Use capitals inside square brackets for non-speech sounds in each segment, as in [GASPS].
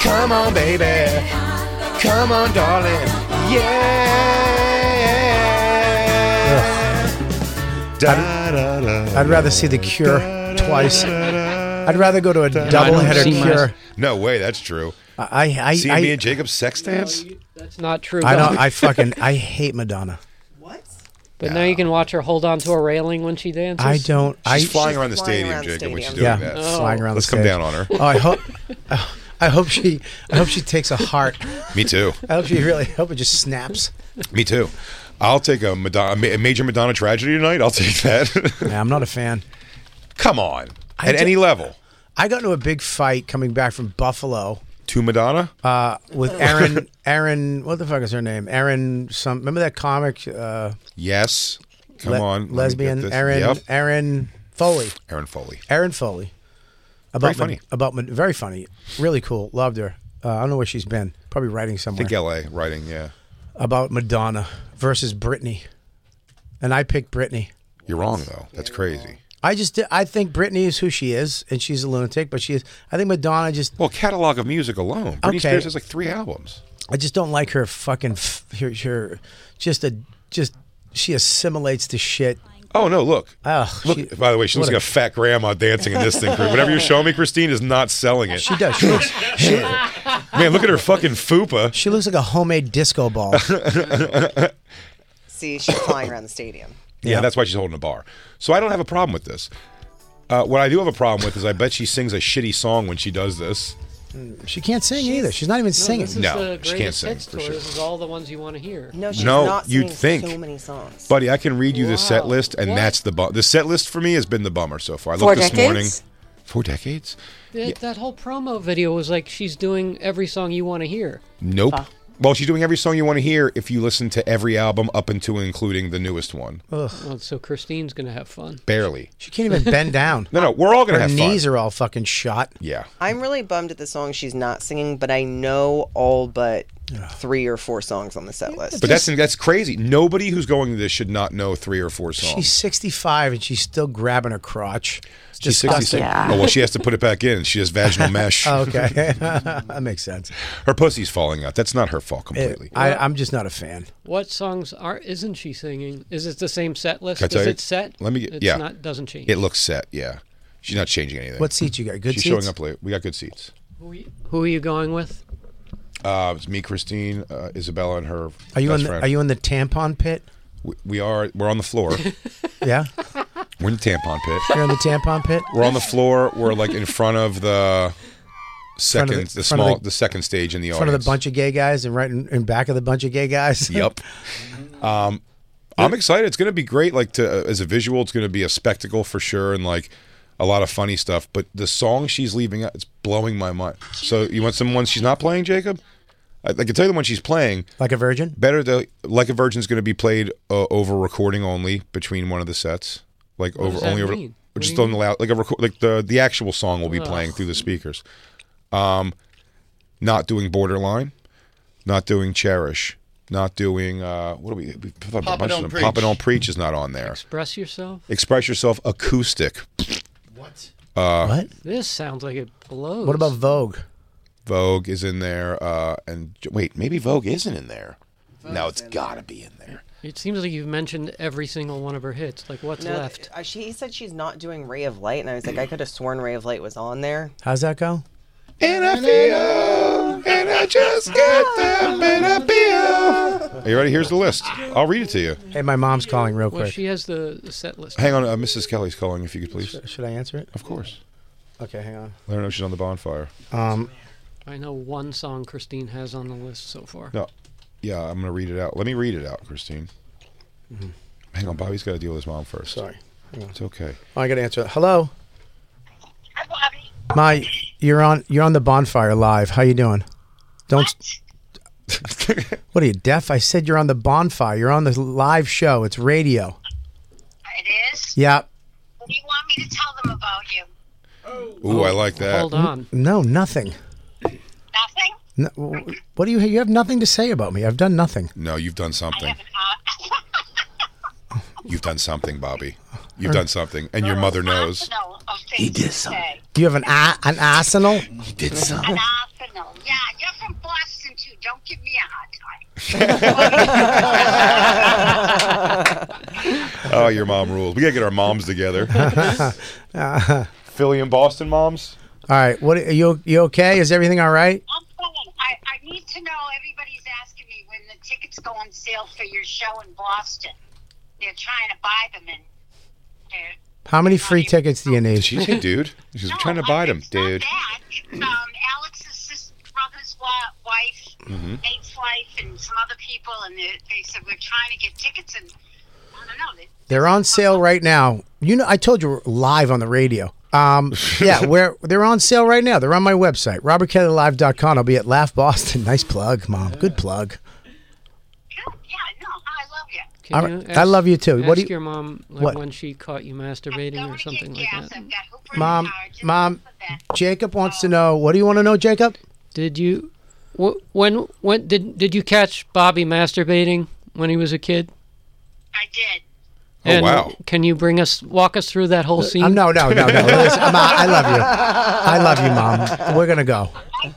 Come on, baby. Come on, darling. Yeah. I'd, I'd rather see The Cure twice. I'd rather go to a double-header see my- Cure. No way, that's true. I, I, See me I, and Jacob sex dance? That's not true. I, I Bob. don't. I fucking. I hate [LAUGHS] Madonna. [LAUGHS] but now you can watch her hold on to a railing when she dances. I don't. I She's flying around the flying stadium, around the Jacob, when she's doing yeah, that. flying around. Let's the come stage. down on her. Oh, I hope. [LAUGHS] I hope she. I hope she takes a heart. [LAUGHS] Me too. I hope she really. I hope it just snaps. Me too. I'll take a, Madonna, a ma- a major Madonna tragedy tonight. I'll take that. [LAUGHS] Yeah, I'm not a fan. Come on. I At do- any level. I got into a big fight coming back from Buffalo To Madonna? uh, with Aaron. Aaron, what the fuck is her name? Aaron. Some. Remember that comic? Uh, yes. Come le- on. let me get Lesbian. this. Aaron. Yep. Aaron Foley. Aaron Foley. Aaron Foley. About Very funny. Ma- about Ma- very funny. Really cool. Loved her. Uh, I don't know where she's been. Probably writing I somewhere. think LA writing, yeah. about Madonna versus Britney, and I picked Britney. You're wrong, though. That's crazy. I just di- I think Britney is who she is, and she's a lunatic. But she is. I think Madonna just Well, catalog of music alone. Britney Okay. Spears has like three albums. I just don't like her fucking f- her, her just a just she assimilates the shit. Oh no! Look, Ugh, look. she- by the way, she looks what like a- a fat grandma dancing in this thing. Whatever you're showing me, Christine is not selling it. She does. She looks, she, Man, look at her fucking fupa. she looks like a homemade disco ball. See, she's flying around the stadium. Yeah, that's why she's holding a bar. So I don't have a problem with this. Uh, what I do have a problem with is I bet she sings a shitty song when she does this. She can't sing either. She's not even singing. This is No, the she can't greatest sing, hits for tour. sure. This is all the ones you want to hear. No, she's No, not you'd singing think. so many songs. Buddy, I can read you the set Wow. list, and What? that's the bu- the set list for me has been the bummer so far. I Four looked this decades? morning. Four decades? That, that whole promo video was like she's doing every song you want to hear. Nope. Well, she's doing every song you want to hear if you listen to every album up until and including the newest one. Well, Oh, so Christine's gonna have fun. Barely. She can't even bend [LAUGHS] down. No, no, we're all gonna Her have knees fun. are all fucking shot. yeah. I'm really bummed at the song she's not singing, but I know all but three or four songs on the set list. But that's that's crazy. Nobody who's going to this should not know three or four songs. She's 65 and she's still grabbing her crotch. It's She's disgusting. 66. Oh well, she has to put it back in. She [LAUGHS] has vaginal mesh. Oh, okay, [LAUGHS] that makes sense. Her pussy's falling out. That's not her fault completely. I, I'm just not a fan. What songs are isn't she singing? Is it the same set list? Can I tell Is you? it set? Let me get- It's yeah. Not doesn't change. it looks set. Yeah, she's not changing anything. What seat you got? Good she's seats? showing up late. We got good seats. who, are you, who are you going with? Uh, it's me, Christine, uh, Isabella, and her. Are you best in? The, friend. are you in the tampon pit? We, we are. We're on the floor. Yeah, we're in the tampon pit. you're in the tampon pit. We're on the floor. We're like in front of the Front second, of the- the, front of small, the- the, second stage in the In audience. front of the bunch of gay guys and right in, in back of the bunch of gay guys. Yep. Um, I'm excited. It's going to be great. Like to uh, as a visual, it's going to be a spectacle for sure, and like a lot of funny stuff. But the song she's leaving out, it's blowing my mind. So you want some ones she's not playing, Jacob? I, I can tell you the one she's playing. [LAUGHS] like a virgin. Better to like a virgin is going to be played uh, over recording only between one of the sets, like over does that only over mean? or What just do you on the loud like a record like the the actual song will be playing through the speakers. Um, not doing Borderline, not doing Cherish, not doing uh, what do we? we Papa Papa Don't Preach. Papa Don't Preach is not on there. Express yourself. Express Yourself, Acoustic, What? what? This sounds like it blows. What about Vogue? Vogue is in there, uh, and wait, maybe Vogue isn't in there. no, it's got to be in there. It seems like you've mentioned every single one of her hits. Like what's No, left? uh, she said she's not doing Ray of Light, and I was like, I could have sworn Ray of Light was on there. How's that go? And I feel, and I just got them, and I feel. Are you ready? Here's the list. I'll read it to you. Hey, my mom's calling real Well, quick. she has the, the set list. Hang on, uh, Mrs. Kelly's calling. If you could please, Should I answer it? of course. Okay, hang on. Let her know she's on the bonfire. Um, I know one song Christine has on the list so far. No, yeah, I'm gonna read it out. Let me read it out, Christine. Mm-hmm. Hang on, Bobby's got to deal with his mom first. sorry. it's [LAUGHS] okay. Oh, I got to answer it. Hello. Hi, Bobby. My, you're on. You're on the bonfire live. How you doing? Don't. s- what are you deaf? I said you're on the bonfire. You're on the live show. It's radio. It is? Yeah. What do you want me to tell them about you? Ooh, I like uh, that. mm, Hold on. No, nothing. Nothing? No, what do you? You have nothing to say about me. I've done nothing. No, you've done something. [LAUGHS] Uh, You've done something, Bobby. You've done something, and your mother knows. arsenal of things he did something. You have an a- an arsenal. An arsenal. Yeah, you're from Boston too. Don't give me a hard time. Oh, your mom rules. We gotta get our moms [LAUGHS] together. [LAUGHS] Philly and Boston moms. All right. What are you? You okay? Is everything all right? I'm fine. I, I need to know. Everybody's asking me when the tickets go on sale for your show in Boston. They're trying to buy them and they're. How many free tickets do you Did need? she say, dude? She's trying to No, bite I- him, it's not dude. that. It's, um, Alex's sister, brother's wa- wife, Mm-hmm. Nate's wife, and some other people, and they, they said we're trying to get tickets, and I don't know. They, They're on sale right now. You know, I told you we're live on the radio. [LAUGHS] Um, yeah, where they're on sale right now. They're on my website, robertkellylive.com. I'll be at Laugh Boston. Nice plug, mom. Good plug. Good, yeah, no, I love you. Can All you right. I love you too. Ask What do you- your mom like what? when she caught you masturbating Don't or get something like gas. that? I've got Hooper in Mom, the car. Just mom, for that. Jacob wants to know. What do you want to know, Jacob? Did you wh- when when did did you catch Bobby masturbating when he was a kid? I did. Oh, wow. Can you bring us walk us through that whole scene? Um, no, no, no, no. Listen, I'm out. I love you. I love you, mom. We're gonna go. My son,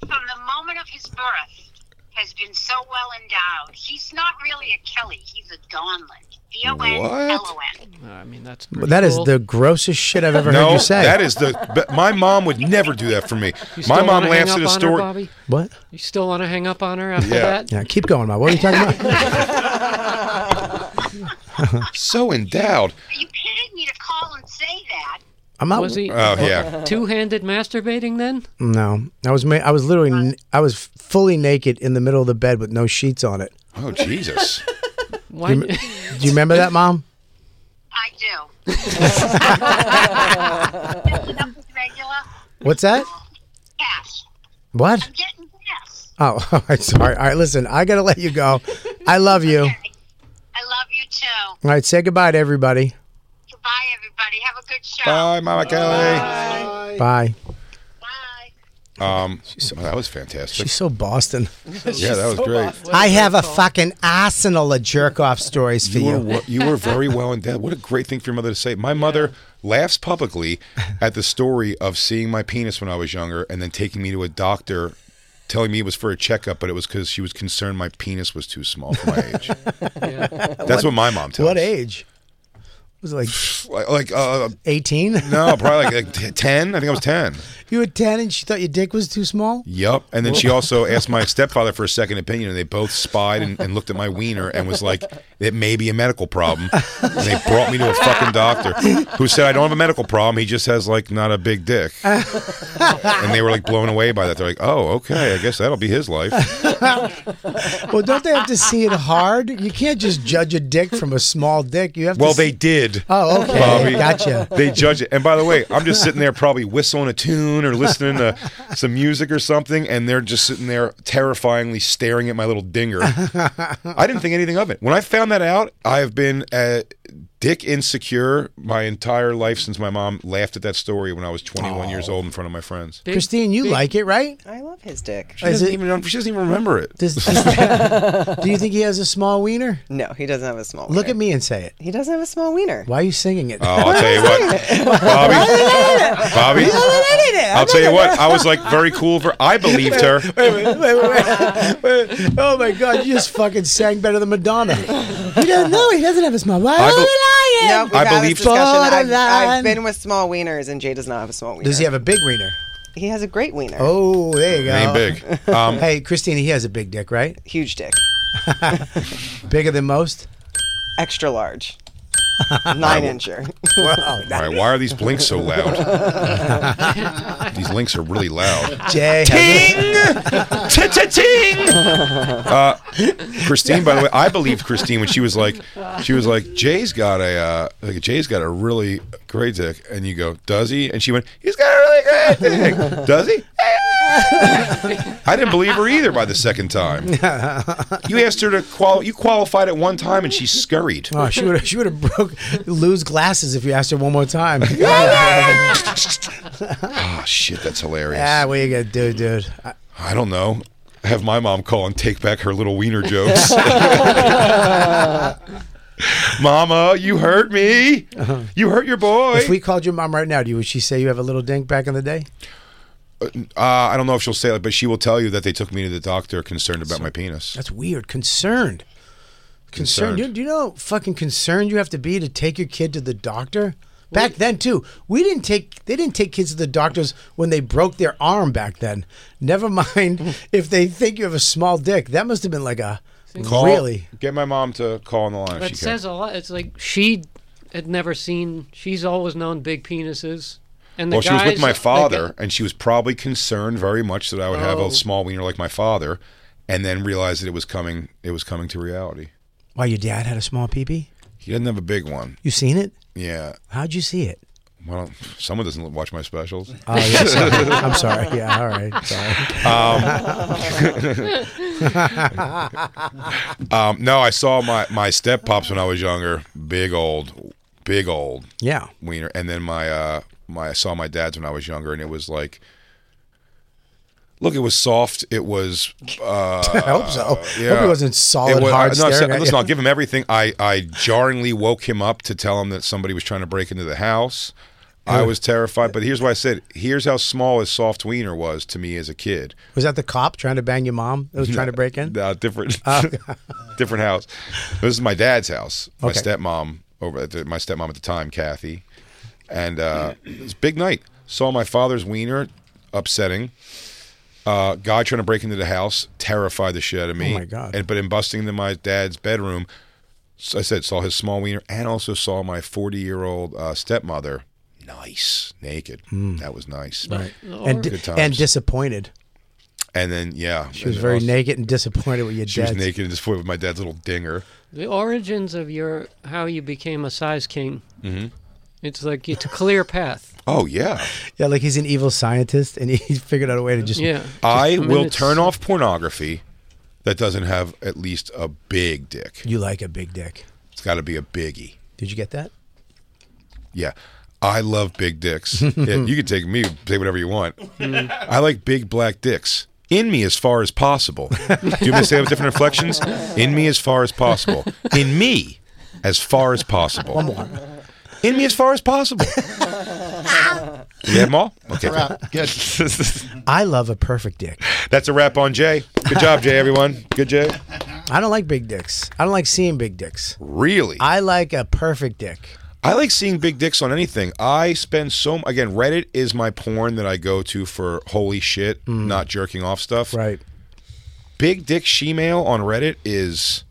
from the moment of his birth, has been so well endowed. He's not really a Kelly. He's a Donlin. D O N L O N. I mean that's pretty That is cool. the grossest shit I've ever heard No, you say. that is the. But my mom would never do that for me. You My still mom wanna hang laughs at up a on her, story. Bobby? what? You still want to hang up on her after Yeah. that? Yeah, keep going, mom. What are you talking about? So endowed. Are you kidding me to call and say that? I'm out. Was he Oh yeah. two-handed masturbating then? No, I was. Ma- I was literally. n- I was fully naked in the middle of the bed with no sheets on [LAUGHS] it. Oh [LAUGHS] Jesus. Why? Do you remember that, mom? I do. Filling up with regular What's that? cash. What? Getting gas. Oh, [LAUGHS] all right, sorry. All right, listen, I gotta let you go. I love you. All I love you too. right, say goodbye to everybody. Goodbye, everybody. Have a good show. Bye, Mama Kelly. Bye. Bye. Um, oh, that was fantastic. She's so Boston. Yeah, that was great. I have a fucking arsenal of jerk off stories for You were, you. wo- you were very well endowed. What a great thing for your mother to say. My mother laughs publicly at the story of seeing my penis when I was younger and then taking me to a doctor telling me it was for a checkup, but it was because she was concerned my penis was too small for my [LAUGHS] age. That's what, my mom tells What me. age? Was it like Like, like, uh, 18? no, probably like, like t- 10. I think I was 10. [LAUGHS] You were 10 and she thought your dick was too small? Yep. And then she also asked my stepfather for a second opinion, and they both spied and, and looked at my wiener and was like, it may be a medical problem. And they brought me to a fucking doctor who said, I don't have a medical problem. He just has, like, not a big dick. and they were, like, blown away by that. They're like, oh, okay. I guess that'll be his life. Well, don't they have to see it hard? You can't just judge a dick from a small dick. You have Well, to they see- did. Oh, okay. Bobby. Gotcha. They judge it. And by the way, I'm just sitting there probably whistling a tune or listening to some music or something, and they're just sitting there terrifyingly staring at my little dinger. I didn't think anything of it. When I found that out, I've been uh, Dick insecure my entire life since my mom laughed at that story when I was 21 years old in front of my friends. Big- Christine, you big- like it, right? I love his dick. She doesn't, it- even, she doesn't even remember it. Does, does- do you think he has a small wiener? No, he doesn't have a small. Look wiener. at me and say it. He doesn't have a small wiener. Why are you singing it? Uh, Oh, I'll tell you what, Bobby. Bobby, I'll tell you what. I was like very cool. For I believed her. Wait, wait, wait, wait. [LAUGHS] Oh my God! You just fucking sang better than Madonna. He doesn't know. He doesn't have a smile. Why I are you be- lying? No, we've had believe- this discussion. I've, Borderline. I've been with small wieners, and Jay does not have a small wiener. Does he have a big wiener? He has a great wiener. Oh, there you go. Name big. Um, Hey, Christina, he has a big dick, right? Huge dick. Bigger than most. [LAUGHS] Extra large. Nine incher. Wow. all right, why are these blinks so loud? these links are really loud. Jay. Has Uh, Christine, by the way, I believed Christine when she was like, she was like, Jay's got a uh, like Jay's got a really great dick, and you go, does he? And she went, he's got a really great dick. Does he? I didn't believe her either by the second time. You asked her to qual, you qualified at one time, and she scurried. oh, she would. She would have broke Lou's glasses if you asked her one more time. Ah, shit, that's hilarious. ah, what you gonna do, dude? Uh, I- I don't know. Have my mom call and take back her little wiener [LAUGHS] jokes. Mama, you hurt me. You hurt your boy. Uh-huh. If we called your mom right now, do you, would she say you have a little dink back in the day? uh, I don't know if she'll say it, but she will tell you that they took me to the doctor concerned about my penis. That's weird. Concerned. Concerned. Concerned. You, do you know how fucking concerned you have to be to take your kid to the doctor? Back then too, we didn't take they didn't take kids to the doctors when they broke their arm back then. Never [LAUGHS] mind if they think you have a small dick. That must have been like a Call, really Get my mom to call on the line if That she can. says a lot. It's like she had never seen. She's always known big penises. And the Well, she was with guys- my the gu- father, and she was probably concerned very much that I would have Oh. a small wiener like my father, and then realized that it was coming. It was coming to reality. why your dad had a small peepee? He doesn't have a big one. You seen it? Yeah. How'd you see it? Well, someone doesn't watch my specials. Oh yeah, [LAUGHS] sorry. I'm sorry. Yeah, all right. Sorry. Um, no, I saw my my step pops when I was younger. Big old, big old Yeah. wiener. And then my uh my I saw my dad's when I was younger, and it was like, look, it was soft. It was. Uh, I hope so. yeah. Hope it wasn't solid It was- uh, hard no, staring at listen, you. I'll give him everything. I, I jarringly woke him up to tell him that somebody was trying to break into the house. I was terrified, but here's why I said: here's how small his soft wiener was to me as a kid. Was that the cop trying to bang your mom? That was trying to break in? Uh, different, Ah. [LAUGHS] different house. This is my dad's house. My Okay. stepmom over at the, my stepmom at the time, Kathy, and uh, it's a big night. Saw my father's wiener, upsetting. Uh, guy trying to break into the house, terrified the shit out of me. Oh, my God. And but in busting into my dad's bedroom, s- I said saw his small wiener and also saw my forty-year-old uh, stepmother, nice naked. Hmm. That was nice. Right. uh, and Good times. and disappointed. And then yeah, She was very naked and disappointed with your She dad. was naked and just with my dad's little dinger. The origins of your how you became a size king. Mm-hmm. It's like it's a clear [LAUGHS] path. Oh yeah. Yeah, like he's an evil scientist and [LAUGHS] he figured out a way to just. Yeah. I mean, will it's- turn off pornography that doesn't have at least a big dick. You like a big dick. It's got to be a biggie. Did you get that? Yeah. I love big [LAUGHS] dicks. Yeah, you can take me, say whatever you want. I like big black dicks. In me as far as possible. Do you want me to say it with different inflections? In me as far as possible. In me as far as possible. One more. In me as far as possible. [LAUGHS] you have them all? Okay. Good. I love a perfect dick. That's a wrap on Jay. Good job, Jay, everyone. Good, Jay. I don't like big dicks. I don't like seeing big dicks. Really? I like a perfect dick. I like seeing big dicks on anything. I spend so again. Reddit is my porn that I go to for holy shit, not jerking off stuff. Hmm. Right. Big dick shemale on Reddit is,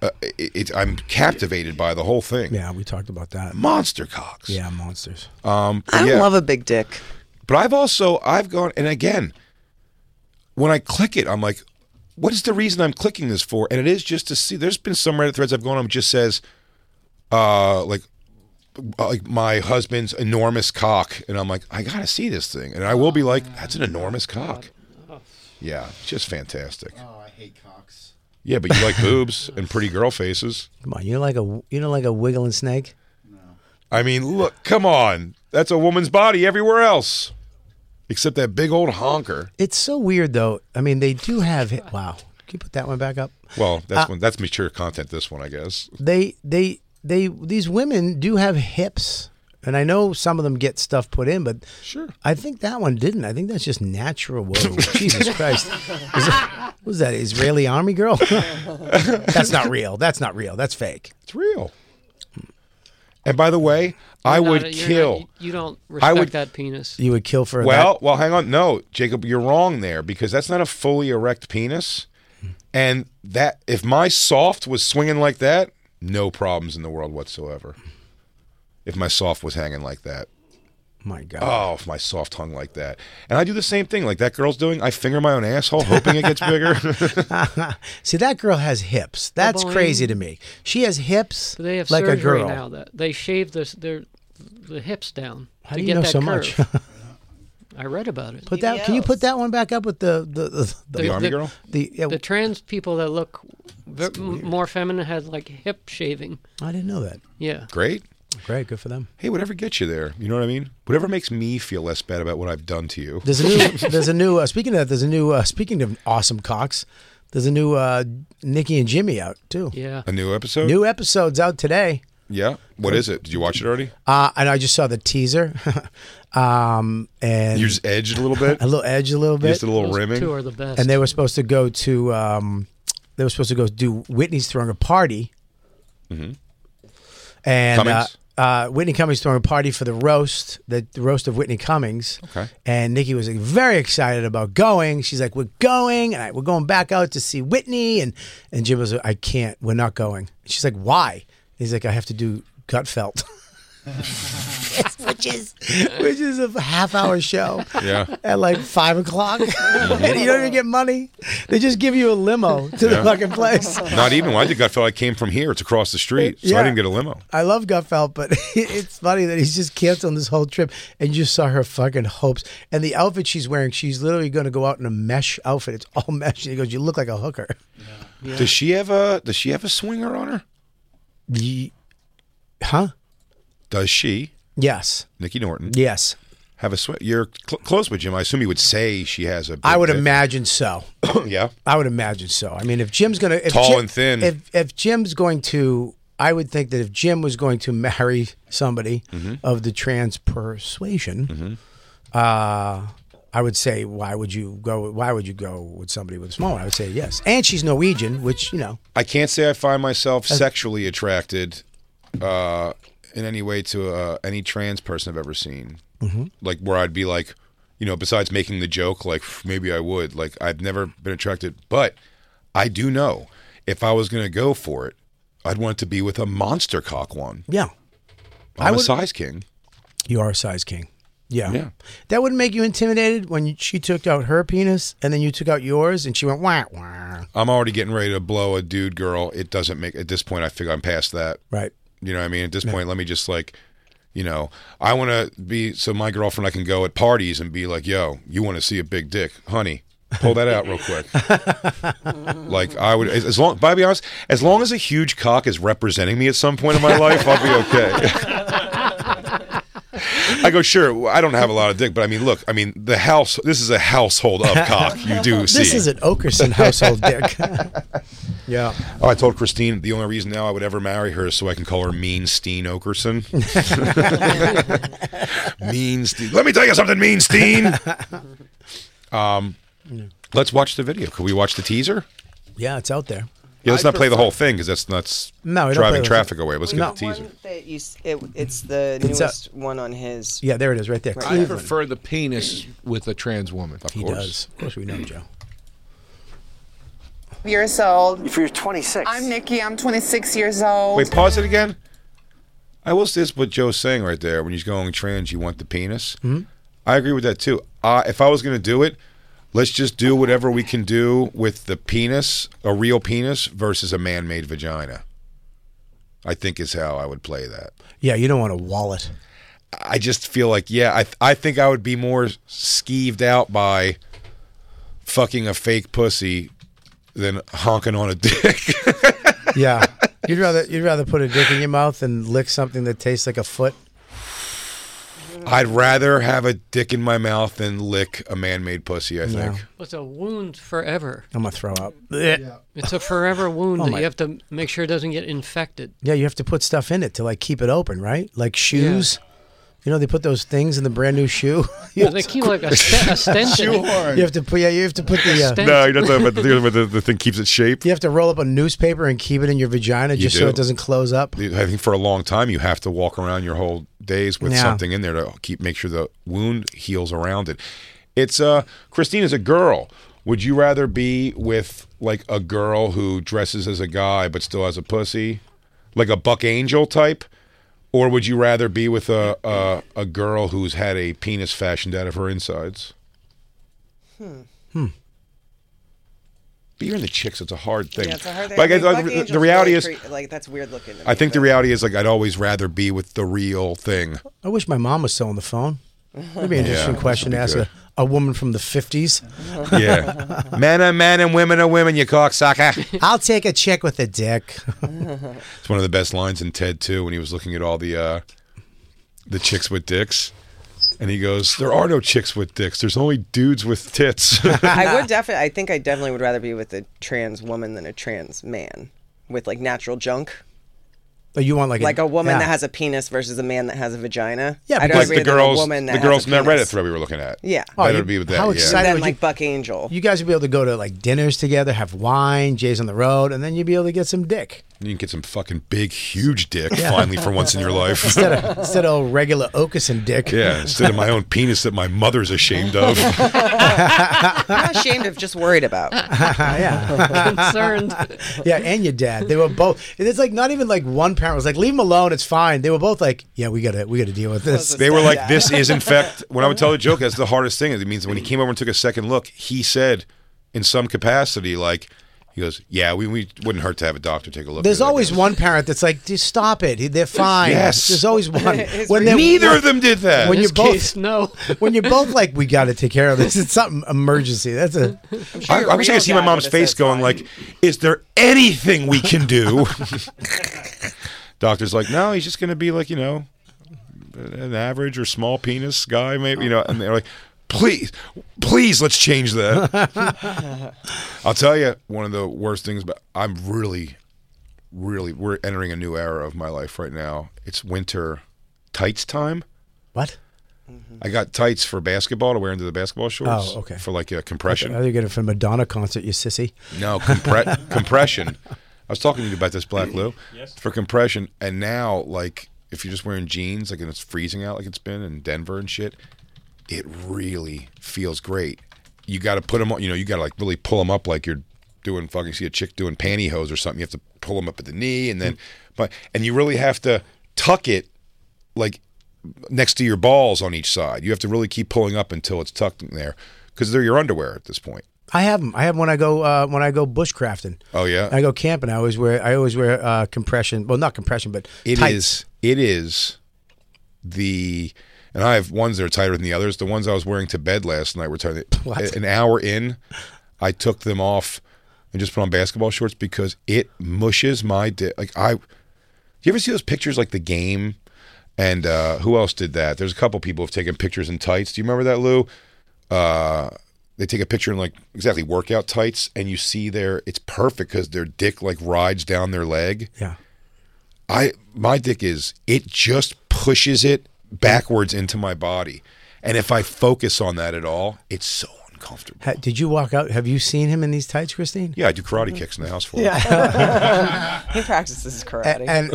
uh, it, it, I'm captivated by the whole thing. Yeah, we talked about that. Monster cocks. Yeah, monsters. Um. I yeah. love a big dick. But I've also I've gone and again, when I click it, I'm like, what is the reason I'm clicking this for? And it is just to see. There's been some Reddit threads I've gone on which just says, uh, like. uh, Like my husband's enormous cock, and I'm like, I gotta see this thing, and I will be like, that's an enormous cock. Yeah, just fantastic. Oh, I hate cocks. Yeah, but you like boobs and pretty girl faces. Come on, you don't like a you don't like a wiggling snake. I mean, look, come on. That's a woman's body everywhere else, except that big old honker. It's so weird though. I mean, they do have wow. Can you put that one back up? Well, that's one. That's mature content. This one, I guess. They they they these women do have hips. And I know some of them get stuff put in, but Sure. I think that one didn't. I think that's just natural. Whoa, Jesus Christ! Is that, was that Israeli army girl? [LAUGHS] that's not real. That's not real. That's fake. It's real. And by the way, I Not would a- you're not- kill. you don't I respect would- that penis. You would kill for Well, well, hang on. No, Jacob, you're wrong there because that's not a fully erect penis. And that if my soft was swinging like that, no problems in the world whatsoever. If my soft was hanging like that? that. My God. Oh, if my soft hung like that. And I do the same thing like that girl's doing. I finger my own asshole hoping it gets bigger. [LAUGHS] See, that girl has hips. That's boy. crazy to me. She has hips But they have like a surgery girl. now. That they shave the their the hips down How do to you get know that so much? curve. I read about [LAUGHS] it. Put that. Can you put that one back up with the the the, the, [LAUGHS] the army girl? the- yeah, the trans people that look ve- m more feminine had like hip shaving. I didn't know that. Yeah. Great. Great, good for them. Hey, whatever gets you there. You know what I mean? Whatever makes me feel less bad about what I've done to you. There's a new. there's a new. Uh, speaking of that, there's a new. Uh, speaking of awesome cocks, there's a new uh, Nikki and Jimmy out too. Yeah. A new episode? New episodes out today. yeah. What is it? Did you watch it already? Uh, and I just saw the teaser, [LAUGHS] um, and You just edged a [LAUGHS] little bit? a little edge, a little You bit. just did a little Those rimming? two are the best. and they were supposed to go to um, they were supposed to go do Whitney's throwing a party, and uh, Mm-hmm. Cummings? uh, Whitney Cummings throwing a party for the roast, the, the roast of Whitney Cummings. Okay. and Nikki was like, very excited about going. She's like, "We're going, and I, we're going back out to see Whitney." And and Jim was, like, "I can't. We're not going." She's like, "Why?" He's like, "I have to do Gutfeld." [LAUGHS] Which is, which is a half hour show [LAUGHS] Yeah. [LAUGHS] at like five o'clock, and [LAUGHS] you don't even get money. They just give you a limo to the Yeah. fucking place. Not even when I did Gutfeld, I came from here. It's across the street, so Yeah. I didn't get a limo. I love Gutfeld, but [LAUGHS] it's funny that he's just canceling this whole trip, and you just saw her fucking hopes and the outfit she's wearing. She's literally going to go out in a mesh outfit. It's all [LAUGHS] mesh. And he goes, "You look like a hooker." Does she have a Does she have a swinger on her? Ye- huh? Does she, Yes. Nikki Norton, Yes. have a swing? You're cl- close with Jim. I assume you would say she has a. big I would dick. imagine so. [LAUGHS] yeah. I would imagine so. I mean, if Jim's gonna if Tall Jim- and thin. if if Jim's going to, I would think that if Jim was going to marry somebody Mm-hmm. of the trans persuasion, uh, I would say, why would you go? Why would you go with somebody with small? I would say yes. And she's Norwegian, which you know, I can't say I find myself sexually attracted, uh, in any way to uh, any trans person I've ever seen. Mm-hmm. Like where I'd be like, you know, besides making the joke, like maybe I would. Like I've never been attracted, but I do know if I was gonna go for it, I'd want it to be with a monster cock one. yeah, I'm would- a size king. you are a size king. Yeah. Yeah. that wouldn't make you intimidated when she took out her penis and then you took out yours, and she went wah wah. I'm already getting ready to blow a dude girl. It doesn't make at this point. I figure I'm past that. Right. You know what I mean? At this point, let me just like, you know, I want to be so my girlfriend. I can go at parties and be like, "Yo, you want to see a big dick, honey? Pull that out [LAUGHS] real quick." like I would, as as long. By be honest, as long as a huge cock is representing me at some point in my life, I'll [LAUGHS] be okay. I go sure. I don't have a lot of dick, but I mean, look. I mean, the house. This is a [LAUGHS] household of cock. You do see. This is an Okerson household dick. [LAUGHS] yeah. Oh, I told Christine the only reason now I would ever marry her is so I can call her Mean [LAUGHS] Steen Okerson. mean Steen. Let me tell you something, Mean Steen. [LAUGHS] Um, let's watch the video. Could we watch the teaser? Yeah, it's out there. Yeah, let's not play the whole thing because that's that's No, we don't play driving the- traffic away. Let's get No. the teaser. That you, s- it, it's the It's a- newest one on his. Yeah, there it is, right there. Right. I Cleveland. prefer the penis with a trans woman. he does. Of course, we know Joe. years old. If you're 26. I'm Nikki. I'm 26 years old. Wait, pause it again. I will say this: what Joe's saying right there, when he's going trans, you want the penis. Mm-hmm. I agree with that too. Uh, if I was going to do it, let's just do whatever we can do with the penis, a real penis versus a man-made vagina. I think is how I would play that. Yeah, you don't want a wallet. I just feel like, yeah, I I think I would be more skeeved out by fucking a fake pussy than honking on a dick. yeah. [LAUGHS] You'd rather you'd rather put a dick in your mouth than lick something that tastes like a foot. I'd rather have a dick in my mouth than lick a man-made pussy. I No. think. It's a wound forever. I'm gonna throw up. It's a [LAUGHS] forever wound Oh that my- you have to make sure it doesn't get infected. Yeah, you have to put stuff in it to like keep it open, right? Like shoes. You know they put those things in the brand new shoe. [LAUGHS] Yeah, they keep like a, st- a stent in it. You have to put yeah, you have to put the uh, No, you're not talking about the, you're talking about the, the thing keeps its shape. you have to roll up a newspaper and keep it in your vagina You just do. so it doesn't close up. I think for a long time you have to walk around your whole days with Yeah. something in there to keep make sure the wound heals around it. It's uh Christina's a girl. Would you rather be with like a girl who dresses as a guy but still has a pussy, like a buck angel type, or would you rather be with a a, a girl who's had a penis fashioned out of her insides? Hmm. But you're in the chicks. It's a hard thing. Yeah, it's a hard thing. Like, I I- mean, I- Buck the- the Angel's reality really is, cre- like that's weird looking. to I me, think the but- reality is like I'd always rather be with the real thing. I wish my mom was still on the phone. That'd be an [LAUGHS] Yeah, interesting this question to would be ask good. a, a woman from the fifties. [LAUGHS] Yeah, men are men and women are women. You cocksucker. I'll take a chick with a dick. It's one of the best lines in Ted too when he was looking at all the uh, the chicks with dicks, and he goes, "There are no chicks with dicks. There's only dudes with [LAUGHS] tits." I would definitely. I think I definitely would rather be with a trans woman than a trans man with like natural junk. Oh, you want like Like a woman yeah. that has a penis versus a man that has a vagina. Yeah, I'd because- like rather be the with a girls, woman that the has a girls in that penis. Reddit thread we were looking at. Yeah. Oh, Better you- be with that. how yeah. excited- Than would like you- Buck Angel. You guys would be able to go to like dinners together, have wine, Jay's on the road, and then you'd be able to get some dick You can get some fucking big, huge dick finally for once in your life. [LAUGHS] instead [LAUGHS] of instead of old regular Okeson dick. [LAUGHS] [LAUGHS] yeah, instead of my own penis that my mother's ashamed of. I'm [LAUGHS] not ashamed of, just worried about. Concerned. yeah, and your dad. They were both. and It's like not even like one parent was like, "Leave him alone, it's fine." They were both like, "Yeah, we gotta we gotta deal with this." They were like, "This is in fact." When I would tell the joke, that's the hardest thing. It means when he came over and took a second look, he said, in some capacity, like, he goes, "Yeah, we, we wouldn't hurt to have a doctor take a look." There's at it." always one parent that's like, "Just stop it. They're fine." Yes. There's [LAUGHS] always one. When they're- Neither of them did that. [LAUGHS] When In you this both- case, no. When you're both like, "We gotta take care [LAUGHS] of this. It's something emergency." That's a. I, I wish I could see my mom's face going like, "Is there anything we can do?" [LAUGHS] Doctor's like, "No, he's just going to be like you know, an average or small penis guy, maybe you know." And they're like, "Please, please, let's change that." I'll tell you one of the worst things, but I'm really, really, we're entering a new era of my life right now. It's winter tights time. What? I got tights for basketball to wear under the basketball shorts. okay. For like a compression. Now you're getting from Madonna concert, you sissy. No, compre- [LAUGHS] compression. I was talking to you about this, Black Lou. Yes. For compression, and now like if you're just wearing jeans, like and it's freezing out, like it's been in Denver and shit, it really feels great. You got to put them on. You know, you got to like really pull them up, like you're doing fucking see a chick doing pantyhose or something. You have to pull them up at the knee, and then but and you really have to tuck it like next to your balls on each side. You have to really keep pulling up until it's tucked in there because they're your underwear at this point. I have them. I have 'em when I go uh, when I go bushcrafting. Oh yeah. I go camping. I always wear I always wear uh, compression. Well, not compression, but It is. tights. It is the. And I have ones that are tighter than the others. The ones I was wearing to bed last night were tighter. than- What? An hour in, I took them off and just put on basketball shorts because it mushes my dick. Like I, you ever see those pictures like the game, and uh, who else did that? There's a couple people who've taken pictures in tights. Do you remember that, Lou? Uh, they take a picture in like exactly workout tights, and you see their. It's perfect because their dick like rides down their leg. Yeah. I my dick is it just pushes it backwards into my body, and if I focus on that at all, it's so uncomfortable. Ha- did you walk out? Have you seen him in these tights, Christine? Yeah, I do karate kicks in the house for yeah. He practices karate. And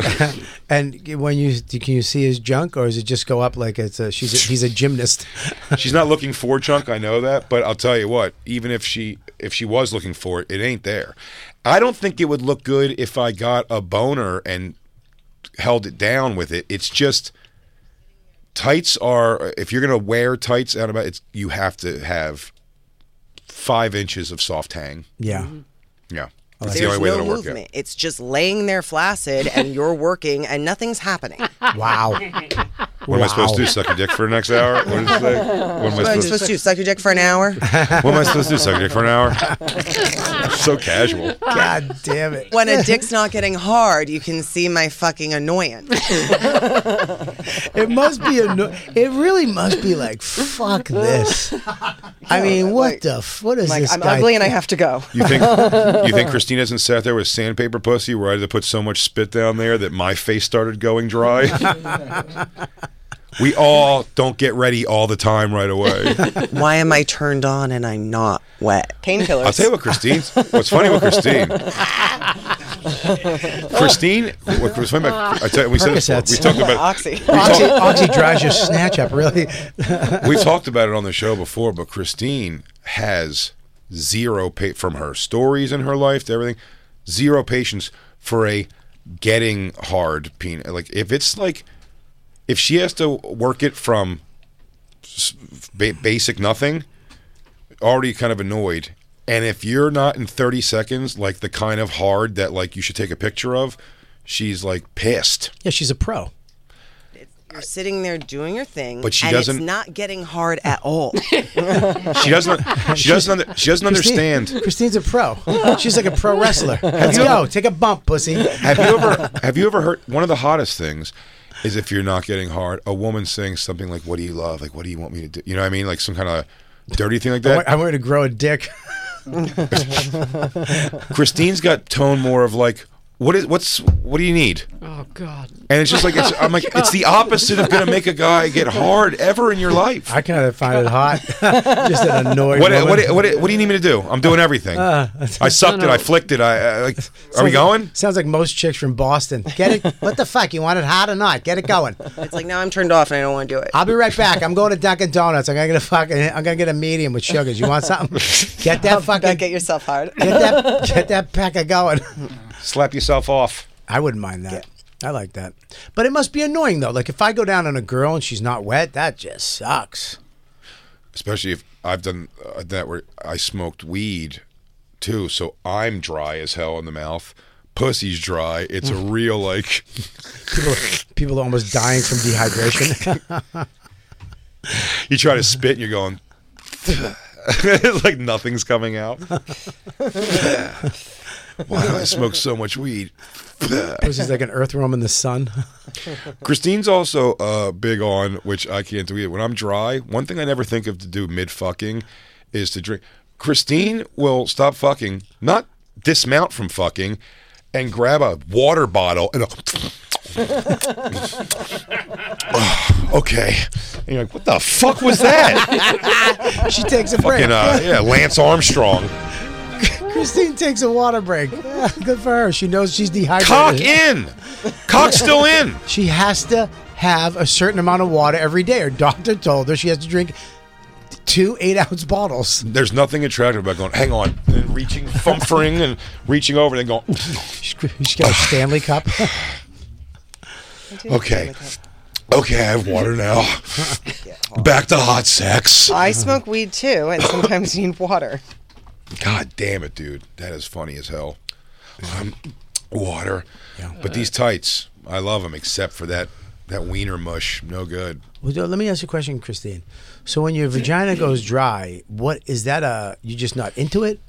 [LAUGHS] and when you can you see his junk or does it just go up like it's a she's a, he's a gymnast? [LAUGHS] She's not looking for junk, I know that, but I'll tell you what, even if she if she was looking for it, it ain't there. I don't think it would look good if I got a boner and held it down with it. It's just tights are if you're gonna wear tights out about it's you have to have five inches of soft hang. Yeah. Yeah. It's the There's only way no that'll work movement. [LAUGHS] [LAUGHS] It's just laying there flaccid, and you're working, and nothing's happening. Wow. What am I supposed to do? Suck a dick for the next hour? What [LAUGHS] is it say? What am What I am I supposed to do? Suck your dick for [LAUGHS] an hour? What am I supposed to do? Suck a dick for [LAUGHS] an hour? so casual. God damn it. When a dick's not getting hard, you can see my [LAUGHS] fucking annoyance. It must be anno- It really must be like fuck [LAUGHS] this. I mean, what the f- what is Like this? I'm guy ugly and I think? have [LAUGHS] to go. You think you think Christina hasn't sat there with sandpaper pussy where I had to put so much spit down there that my face started going dry? we all don't get ready all the time right away. Why am I turned on and I'm not wet? Painkillers. I'll tell you [LAUGHS] what, Christine. What's funny [LAUGHS] with Christine? Christine, what was funny about? I tell you, we said this Percocets. before. we talked about Oxy. Oxy, Oxy drives your snatch up, really. we talked about it on the show before, but Christine has zero pa- from her stories in her life to everything, zero patience for a getting hard penis. Like if it's like if she has to work it from s- ba- basic nothing, already kind of annoyed. And if you're not in 30 seconds, like the kind of hard that like you should take a picture of, she's like pissed. Yeah, she's a pro. [LAUGHS] You're sitting there doing your thing, But she and doesn't- It's not getting hard [LAUGHS] at all. She doesn't. She doesn't. Under, she doesn't understand. Christine's a pro. She's like a pro wrestler. Let's go. Take a bump, pussy. Have you ever have you ever heard one of the hottest things is if you're not getting hard, a woman saying something like, What do you love? Like what do you want me to do? You know what I mean? Like some kind of dirty thing like that. I'm going to grow a dick. Christine's got tone more of like, what is what's what do you need? Oh [LAUGHS] God. And it's just like it's, I'm like it's the opposite of gonna make a guy get hard ever in your life. I kind of find it hot. [LAUGHS] Just an annoyed What, woman. what, what, what, do you need me to do? I'm doing everything. I sucked it. I flicked it. I, I like. Are [LAUGHS] we going? Sounds like most chicks from Boston. Get it? What the fuck? You want it hot or not? Get it going. it's like now I'm turned off and I don't want to do it. I'll be right back. I'm going to Dunkin' Donuts. I'm gonna get a fucking. I'm gonna get a medium with sugars. You want [LAUGHS] something? Get that fucking. Don't get yourself hard. Get that. Get that packer going. Slap yourself off. I wouldn't mind that. I like that. But it must be annoying though. Like if I go down on a girl and she's not wet, that just sucks. especially if I've done uh, that where I smoked weed too, so I'm dry as hell in the mouth. Pussy's dry. It's a real like. [LAUGHS] People, [LAUGHS] people are almost dying from dehydration. You try to spit and you're going. [LAUGHS] It's like nothing's coming out. [LAUGHS] Why do I smoke so much weed? Pussy's Oh, like an earthworm in the sun. [LAUGHS] Christine's also uh, big on which I can't do either. When I'm dry, one thing I never think of to do mid fucking is to drink. Christine will stop fucking, not dismount from fucking, and grab a water bottle and. a- [SIGHS] okay, and you're like, what the fuck was that? she takes a break. Fucking uh, yeah, Lance Armstrong. Christine takes a water break. Yeah, Good for her. She knows she's dehydrated. Cock in, cock still in. She has to have a certain amount of water every day. Her doctor told her she has to drink two eight ounce bottles. There's nothing attractive about going. Hang on, and reaching, fumfering, and reaching over, and then going. She's she's got a Stanley cup. [LAUGHS] [LAUGHS] Okay. Okay, I have water now. [LAUGHS] Back to hot sex. [LAUGHS] I smoke weed too, [LAUGHS] and sometimes need water. God damn it, dude. That is funny as hell. Um, water. But these tights, I love them except for that that wiener mush. No good. Well, let me ask you a question, Christine. So when your vagina goes dry, what is that? A you just not into it?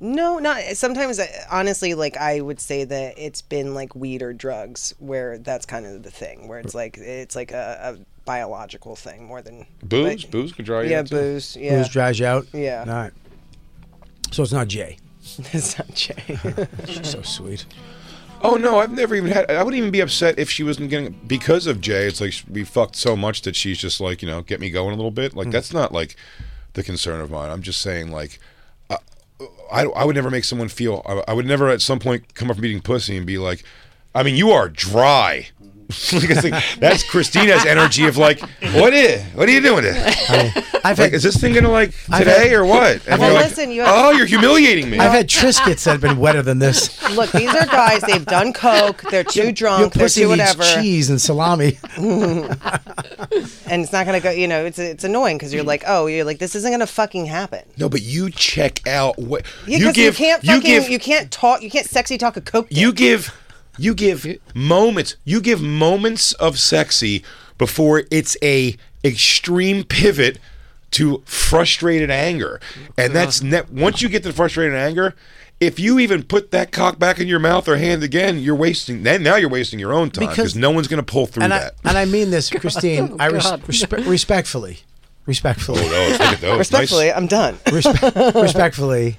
No, not sometimes. I, honestly, like I would say that it's been like weed or drugs, where that's kind of the thing, where it's like it's like a, a biological thing more than like- booze could dry Yeah, booze. Yeah, Booze dries you out. Yeah. All right. So it's not Jay. [LAUGHS] it's [LAUGHS] not Jay. She's so sweet. Oh no, I've never even had I wouldn't even be upset if she wasn't getting because of Jay, it's like we fucked so much that she's just like, you know, get me going a little bit. Like that's not like the concern of mine. I'm just saying like uh, I, I would never make someone feel. I, I would never at some point come up from eating pussy and be like, I mean, you are dry. [LAUGHS] Like, it's like, that's Christina's energy of like, what is? What are you doing? Today? I've Like, had is this thing gonna like I've today had- or what? And Well, you're listen, like, you have- oh, you're humiliating me. I've had Triscuits that have been wetter than [LAUGHS] this. Look, these are guys. They've done coke. They're too Your drunk. They're pussy too needs Oh, whatever, cheese and salami. and it's not gonna go. You know, it's it's annoying because you're like, oh, you're like, this isn't gonna fucking happen. no, but you check out what Yeah, you 'cause give. you can't you fucking, you, give. can't talk. You can't sexy talk a coke. you give You give moments. You give moments of sexy before it's a extreme pivot to frustrated anger, and that's net. Once you get to frustrated anger, if you even put that cock back in your mouth or hand again, you're wasting. Then now you're wasting your own time because Because- no one's going to pull through and that. I, and I mean [LAUGHS] this, Christine. oh, I res- God. respe- respectfully, respectfully, Oh, look at those. Respectfully, I'm done. Respe- [LAUGHS] respectfully,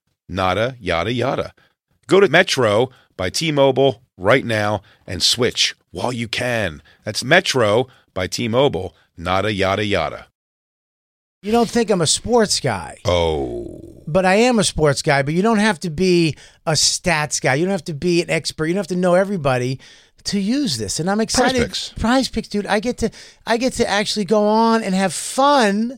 nada yada yada. Go to Metro by T Mobile right now and switch while you can. That's Metro by T Mobile, nada yada yada. You don't think I'm a sports guy, Oh. but I am a sports guy, but you don't have to be a stats guy. You don't have to be an expert. You don't have to know everybody to use this. And I'm excited. Picks. Prize picks, dude. I get to I get to actually go on and have fun.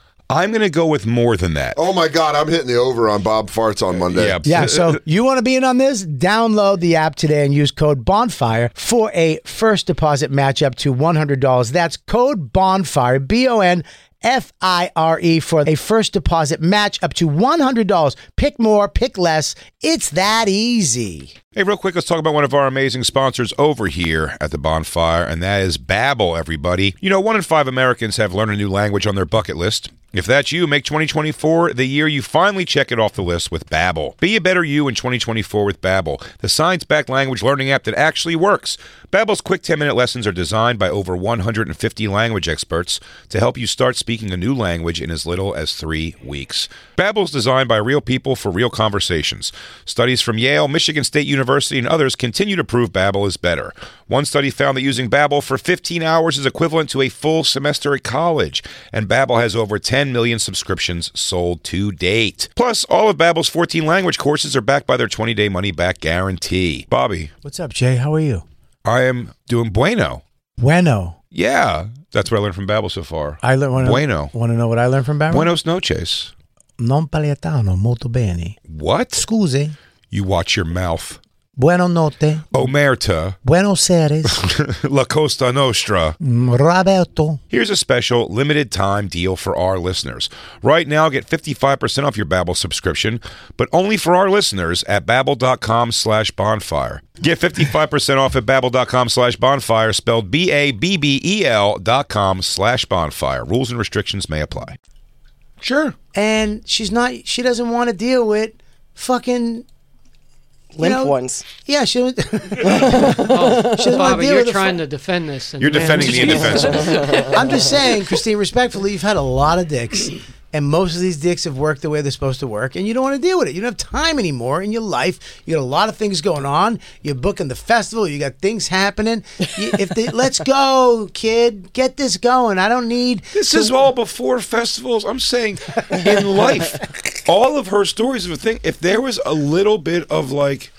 I'm going to go with more than that. Oh my God, I'm hitting the over on Bob Farts on Monday. Yeah. [LAUGHS] yeah so you want to be in on this download the app today and use code bonfire for a first deposit match up to $100 that's code bonfire b-o-n F I R E for a first deposit match up to $100. Pick more, pick less. It's that easy. Hey, real quick, let's talk about one of our amazing sponsors over here at the bonfire, and that is Babbel, everybody. You know, one in five Americans have learned a new language on their bucket list. If that's you, make 2024 the year you finally check it off the list with Babbel. Be a better you in 2024 with Babbel, the science-backed language learning app that actually works. Babbel's quick 10-minute lessons are designed by over 150 language experts to help you start speaking a new language in as little as 3 weeks. Babbel's designed by real people for real conversations. Studies from Yale, Michigan State University, and others continue to prove Babbel is better. One study found that using Babbel for 15 hours is equivalent to a full semester at college, and Babbel has over 10 million subscriptions sold to date. Plus, all of Babbel's 14 language courses are backed by their 20-day money-back guarantee. Bobby, What's up, Jay? How are you? I am doing bueno. Bueno. Yeah, that's what I learned from Babbel so far. I learned wanna, bueno. Want to know what I learned from Barry? Buenos noches. Non paletano molto bene. What? Scusi. You watch your mouth. Buono notte. Omerta, Buenos Aires. La Costa Nostra. Mm, Roberto. Here's a special limited time deal for our listeners. Right now, get 55% off your Babbel subscription, but only for our listeners at babbel.com slash bonfire. Get 55% off at babbel.com slash bonfire, spelled B-A-B-B-E-L E dot com slash bonfire. Rules and restrictions may apply. Sure. And she's not, she doesn't want to deal with fucking. you Limp know- ones. Yeah, she doesn't- Oh, She doesn't wanna Bobby, deal you're with the trying fu- to defend this. and You're man, defending the indefensible. [LAUGHS] I'm just saying, Christine, respectfully, you've had a lot of dicks, and most of these dicks have worked the way they're supposed to work, and you don't want to deal with it. You don't have time anymore in your life. You got a lot of things going on. You're booking the festival. You got things happening. You, if [LAUGHS] they, let's go, kid, get this going. I don't need. This is all before festivals. I'm saying in life, all of her stories of a thing, if there was a little bit of like,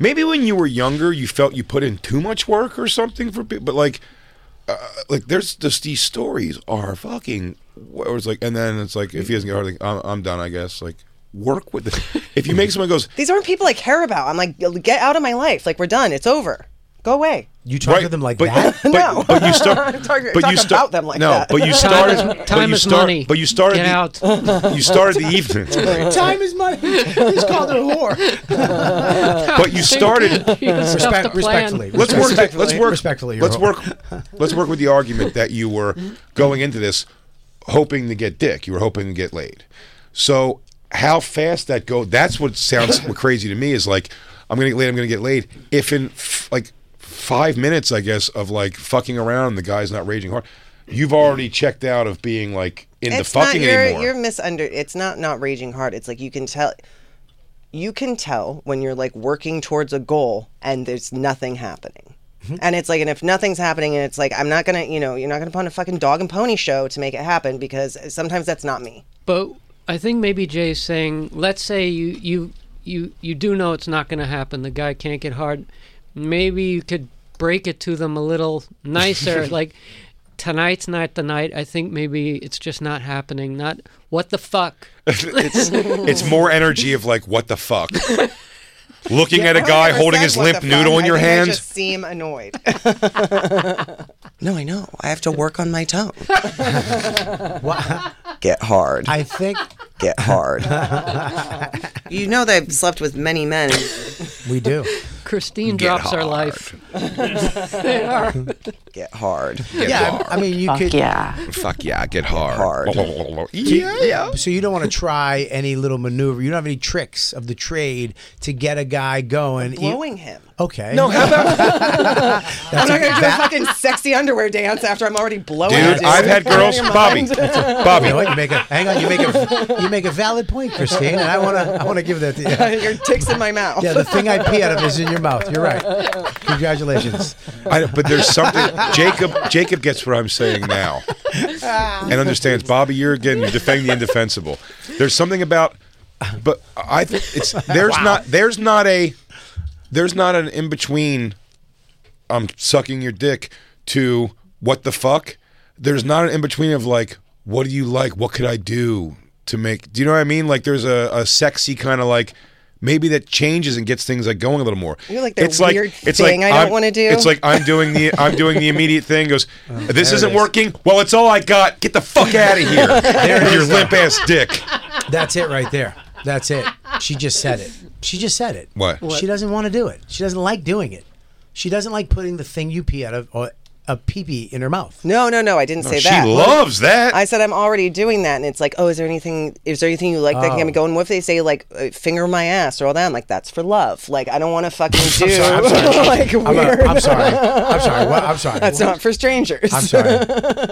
maybe when you were younger, you felt you put in too much work or something for people, but like, uh, like there's just these stories are fucking, where it's like, and then it's like, if he doesn't get hard, like, I'm, I'm done, I guess. Like, work with it. If you make someone goes, These aren't people I care about. I'm like, get out of my life. Like, we're done. It's over. Go away. You talk to them like but, that. [LAUGHS] But, No. but you [LAUGHS] start. Talk- but you talk start, about them like no, that. but [LAUGHS] you [LAUGHS] Time started. is- but time you is start- money. But you started. Get the, [LAUGHS] out. [LAUGHS] You started the evening. [LAUGHS] Time is money. He's called her a whore. but you started. You [LAUGHS] just have to plan. respectfully. Let's work. that- Respectfully. Let's work. Respectfully, you're Let's a- work. Let's work with the argument that you were going into this hoping to get dick. You were hoping to get laid. So how fast that go? That's what sounds crazy to me. Is like I'm gonna get laid. I'm gonna get laid. If in f- like five minutes, I guess, of like fucking around, the guy's not raging hard. You've already checked out of being like into it's fucking not, you're, anymore. You're misunder. It's not not raging hard. It's like you can tell. You can tell when you're like working towards a goal and there's nothing happening. Mm-hmm. And it's like, and if nothing's happening, and it's like, I'm not gonna, you know, you're not gonna put on a fucking dog and pony show to make it happen because sometimes that's not me. But I think maybe Jay's saying, let's say you you you you do know it's not going to happen. The guy can't get hard. Maybe you could break it to them a little nicer, [LAUGHS] like tonight's not the night. I think maybe it's just not happening. Not what the fuck. it's it's more energy of like what the [LAUGHS] fuck. Looking at a guy Never holding said his what limp the noodle in fuck. I your think I hand. just [LAUGHS] seem annoyed. no, I know. I have to work on [LAUGHS] my tone. Wow. Get hard. I think Get [LAUGHS] hard. you know that I've slept with many men. we do. Christine Get drops our hard. life. They are. Get hard. Get Yeah, hard. I mean, you could. Fuck yeah, get hard. hard. [LAUGHS] yeah, yeah. So you don't want to try any little maneuver. You don't have any tricks of the trade to get a guy going. You- Blowing him. Okay. No, how about I'm not gonna do a fucking sexy underwear dance after I'm already blowing. Dude, it, I've had girls. Bobby, Oh, you know Bobby, what? You make a hang on. You make a you make a valid point, Christine, and I wanna I wanna give that to you. [LAUGHS] Your dick's in my mouth. Yeah, the thing I pee out of is in your mouth. You're right. Congratulations. I, but there's something. Jacob, Jacob gets what I'm saying now, and understands. Bobby, you're again you're defending the indefensible. There's something about, but I think it's there's not there's not a there's not an in between. I'm sucking your dick to what the fuck. There's not an in between of like what do you like? What could I do to make? Do you know what I mean? Like there's a, a sexy kind of like maybe that changes and gets things like going a little more. You're like, the weird thing I don't I'm- wanna do. It's like I'm doing the I'm doing the immediate thing. Goes, this there it isn't is. working. Well, it's all I got. Get the fuck out of here. [LAUGHS] There it Your is. limp ass dick. That's it right there. That's it. She just said it. She just said it. What? What? She doesn't want to do it. She doesn't like doing it. She doesn't like putting the thing you pee out of or a pee pee in her mouth. No, no, no. I didn't No, say she that. loves that. I said I'm already doing that, and it's like, oh, is there anything? Is there anything you like that Oh. can be going? What if they say like, uh, finger my ass or all that? I'm like, that's for love. Like, I don't want to fucking [LAUGHS] do. I'm sorry. I'm sorry. [LAUGHS] like, I'm, uh, weird. I'm sorry. I'm sorry. What? I'm sorry. [LAUGHS] That's not for strangers. I'm sorry.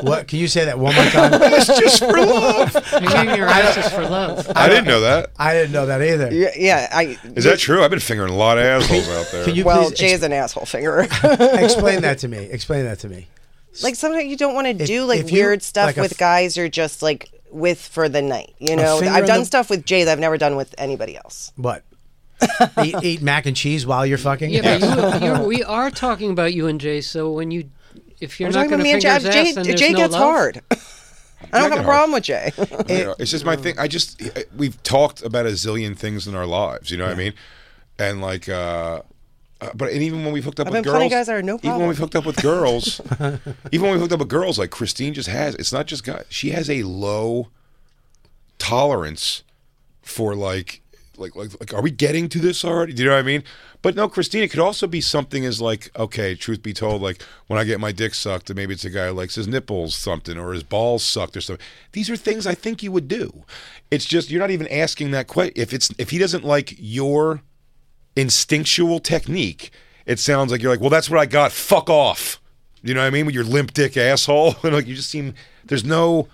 What? Can you say that one more time? [LAUGHS] That's [LAUGHS] just for love. Maybe [LAUGHS] your ass is for love. I didn't know that. I didn't know that either. [LAUGHS] Yeah, yeah, I. Is that true? I've been fingering a lot of assholes out there. Can you well, please Jay's ex- an asshole [LAUGHS] fingerer. Explain that to me. Explain that to me. [LAUGHS] Like sometimes you don't want to do like if you- weird stuff like a with f- guys you're just like with for the night. You A know, finger I've in done the- stuff with Jay that I've never done with anybody else. [LAUGHS] What? eat, eat mac and cheese while you're fucking. Yeah, but you, you we are talking about you and Jay. So when you, if you're We're not talking going about to me and fingers Jay. ass, Jay- then Jay there's no gets love. hard. [LAUGHS] I don't have a problem with Jay. [LAUGHS] You know, it's just my thing. I just we've talked about a zillion things in our lives. You know what I mean? And like, uh, uh, but and even when we have hooked up I've with been girls, plenty guys that are no even when problem. we have hooked up with [LAUGHS] girls, even when we have hooked up with girls, like Christine just has. It's not just guys. She has a low tolerance for like. Like, like, like, are we getting to this already? Do you know what I mean? But no, Christine, it could also be something as like, okay, truth be told, like when I get my dick sucked, maybe it's a guy who likes his nipples something or his balls sucked or something. These are things I think you would do. It's just you're not even asking that question. If it's if he doesn't like your instinctual technique, it sounds like you're like, well, that's what I got. Fuck off. You know what I mean? With your limp dick asshole, [LAUGHS] and like you just seem there's no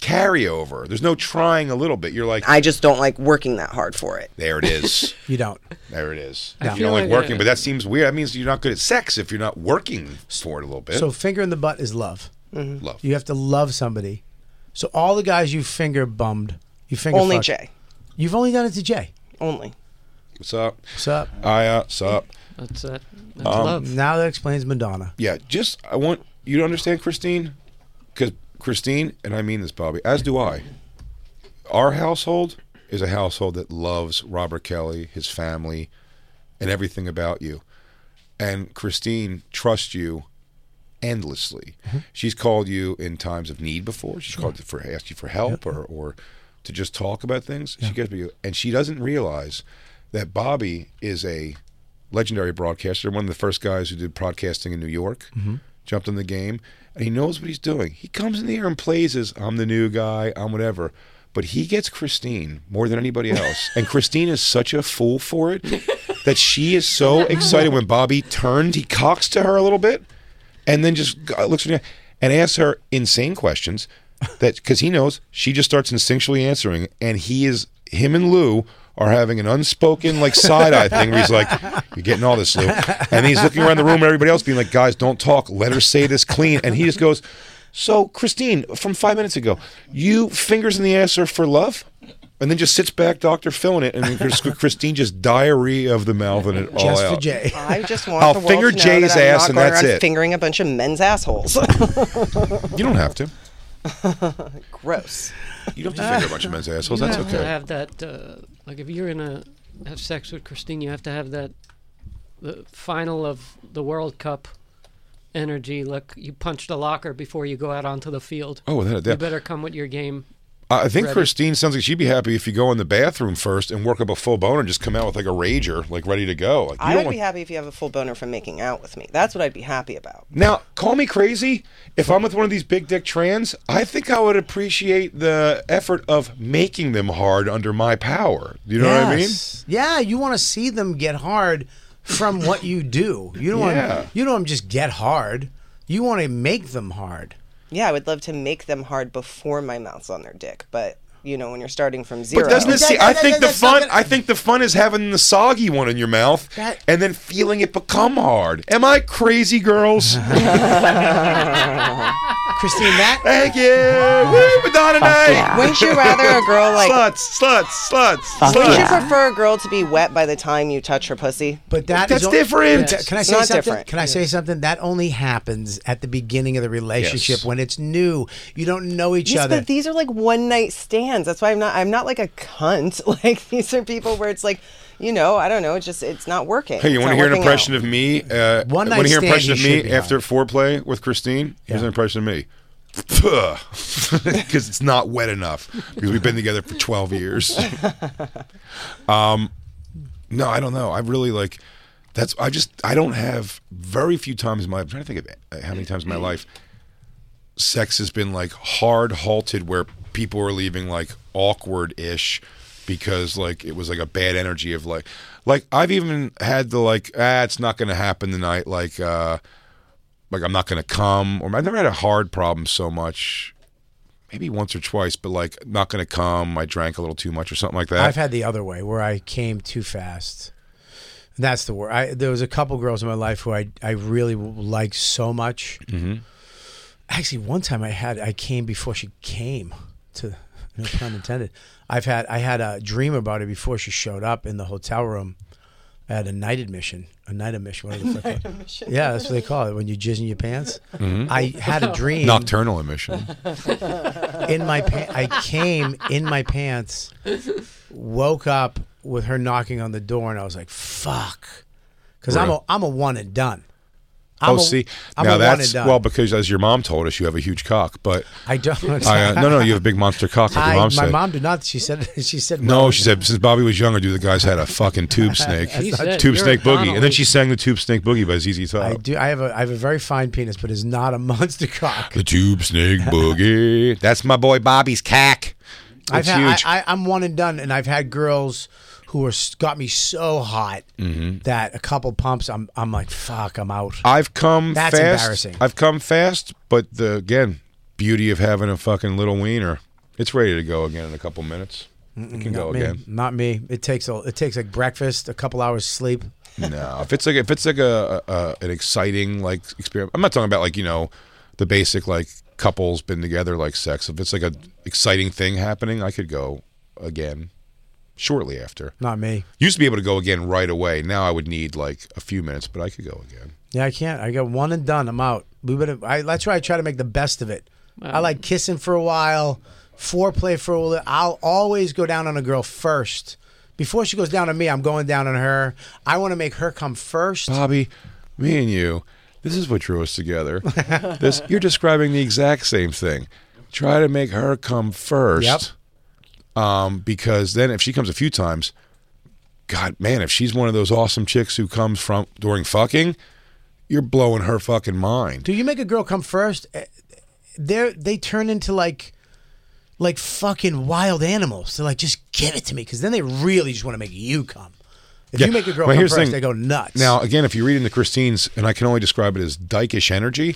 carryover. There's no trying a little bit. You're like, I just don't like working that hard for it. there it is. You don't. There it is. I You feel don't like, like working, I- but that seems weird. That means you're not good at sex if you're not working for it a little bit. So finger in the butt is love. Love. You have to love somebody. So all the guys you finger bummed, you finger Only fucked, Jay. You've only done it to Jay. Only. What's up? What's up? I uh, what's up? That's that. That's Um, love. Now that explains Madonna. Yeah, just I want you to understand, Christine, because Christine and I mean this, Bobby, as do I. Our household is a household that loves Robert Kelly, his family, and everything about you. And Christine trusts you endlessly. She's called you in times of need before. She's called you for asked you for help or or to just talk about things. She gets you, and she doesn't realize that Bobby is a legendary broadcaster, one of the first guys who did broadcasting in New York. Jumped in the game, and he knows what he's doing. He comes in the air and plays as I'm the new guy, I'm whatever. But he gets Christine more than anybody else, and Christine is such a fool for it that she is so excited when Bobby turned, he cocks to her a little bit and then just g- looks at her and asks her insane questions that because he knows she just starts instinctually answering and he is him and lou are having an unspoken like side eye thing where he's like you're getting all this lou and he's looking around the room at everybody else being like guys don't talk let her say this clean and he just goes so christine from five minutes ago you fingers in the ass are for love and then just sits back dr phil in it and then Chris- christine just diarrhea of the mouth and it Oh, all Just out for Jay. I just [LAUGHS] want I'll the world Oh, finger to know Jay's that I'm ass not and going that's around it. Fingering a bunch of [LAUGHS] men's assholes. [LAUGHS] you don't have to Gross. you don't have to finger a bunch of men's assholes You that's have okay To have that, uh, like, if you're gonna have sex with Christine, you have to have that the final of the World Cup energy. Look, you punched a locker before you go out onto the field. Oh, without a doubt. You better come with your game. I I think ready. Christine sounds like she'd be happy if you go in the bathroom first and work up a full boner and just come out with like a rager, like ready to go. Like, you I don't would want- be happy if you have a full boner from making out with me. That's what I'd be happy about. Now, call me crazy. If I'm with one of these big dick trans, I think I would appreciate the effort of making them hard under my power. You know what I mean? Yes. Yeah, you want to see them get hard from what you do. You don't Yeah. want you don't want 'em just get hard. You want to make them hard. Yeah, I would love to make them hard before my mouth's on their dick, but you know, when you're starting from zero. But doesn't it see? I think the fun. I think the fun is having the soggy one in your mouth That- and then feeling it become hard. Am I crazy, girls? Christine, that Thank you. Woo, on tonight. [LAUGHS] Wouldn't you rather a girl like sluts, sluts, sluts, Would sluts? you prefer a girl to be wet by the time you touch her pussy? But that That's is only- different. Can- Can I It's say not something? different. Can I say something? That only happens at the beginning of the relationship Yes. when it's new. You don't know each Yes, other. but these are like one night stands. That's why I'm not. I'm not like a cunt. [LAUGHS] Like these are people where it's like, you know, I don't know. It's just it's not working. Hey, you want to hear an impression of me? Uh, One want night to hear stand an impression you of should me be after foreplay with Christine? Here's an impression of me. [LAUGHS] Because it's not wet enough. Because we've been together for [LAUGHS] 12 years. um, no, I don't know. I really like. That's. I just. I don't have very few times in my. I'm trying to think of uh, how many times in my life sex has been like hard halted where people are leaving like awkward ish because like it was like a bad energy of like like I've even had the like ah it's not gonna happen tonight like uh like I'm not gonna come or I've never had a hard problem so much maybe once or twice but like not gonna come I drank a little too much or something like that I've had the other way where I came too fast. That's the word. I, there was a couple girls in my life who I I really liked so much. Mhm. Actually, one time I had I came before she came. To no pun intended. I've had I had a dream about her before she showed up in the hotel room. I had a night admission, a [LAUGHS] night admission. What the fuck? Yeah, that's what they call it when you jizz in your pants. Mhm. I had a dream nocturnal emission in my pa- I came in my pants, woke up with her knocking on the door, and I was like, "Fuck," because I'm a Really? I'm a one and done. [LAUGHS] I'm oh a- see I'm a now one that's and done. well because as your mom told us you have a huge cock but I don't. [LAUGHS] I, uh, no no you have a big monster cock like I- your my mom said mom did not. She said [LAUGHS] she said No, well, she said since Bobby was younger, dude, the guy's had a fucking [LAUGHS] tube snake, She said, tube "You're snake a boogie, and then Donnelly." she sang the tube snake boogie by ZZ Top. I do. I have a I have a very fine penis, but it's not a [LAUGHS] monster cock. The tube snake boogie. That's my boy Bobby's cack. It's I've had, huge. I, I, I'm one and done, and I've had girls who are s- got me so hot Mhm. that a couple pumps, I'm I'm like, fuck, I'm out. I've come That's fast. embarrassing. I've come fast, but the, again, beauty of having a fucking little wiener. It's ready to go again in a couple minutes. it can Not go me. again. Not me. It takes a, it takes like breakfast, a couple hours sleep. No, if it's like if it's like a, a an exciting like experience, I'm not talking about like you know the basic like couples been together like sex. If it's like a exciting thing happening, I could go again shortly after. Not me. Used to be able to go again right away. Now I would need like a few minutes, but I could go again. Yeah, I can't. I got one and done. I'm out. We better. I, that's why I try to make the best of it. I like kissing for a while, foreplay for a little. I'll always go down on a girl first. Before she goes down on me, I'm going down on her. I want to make her come first. Bobby, me and you, this is what drew us together. this you're describing the exact same thing. Try to make her come first. Yep. Um, because then if she comes a few times, God man, if she's one of those awesome chicks who comes from during fucking, you're blowing her fucking mind. Do you make a girl come first? They they turn into like like fucking wild animals. They're like, just give it to me, because then they really just want to make you come. If you make a girl Well, come here's first, the thing. they go nuts. Now, again, if you read into Christine's, and I can only describe it as dykish energy,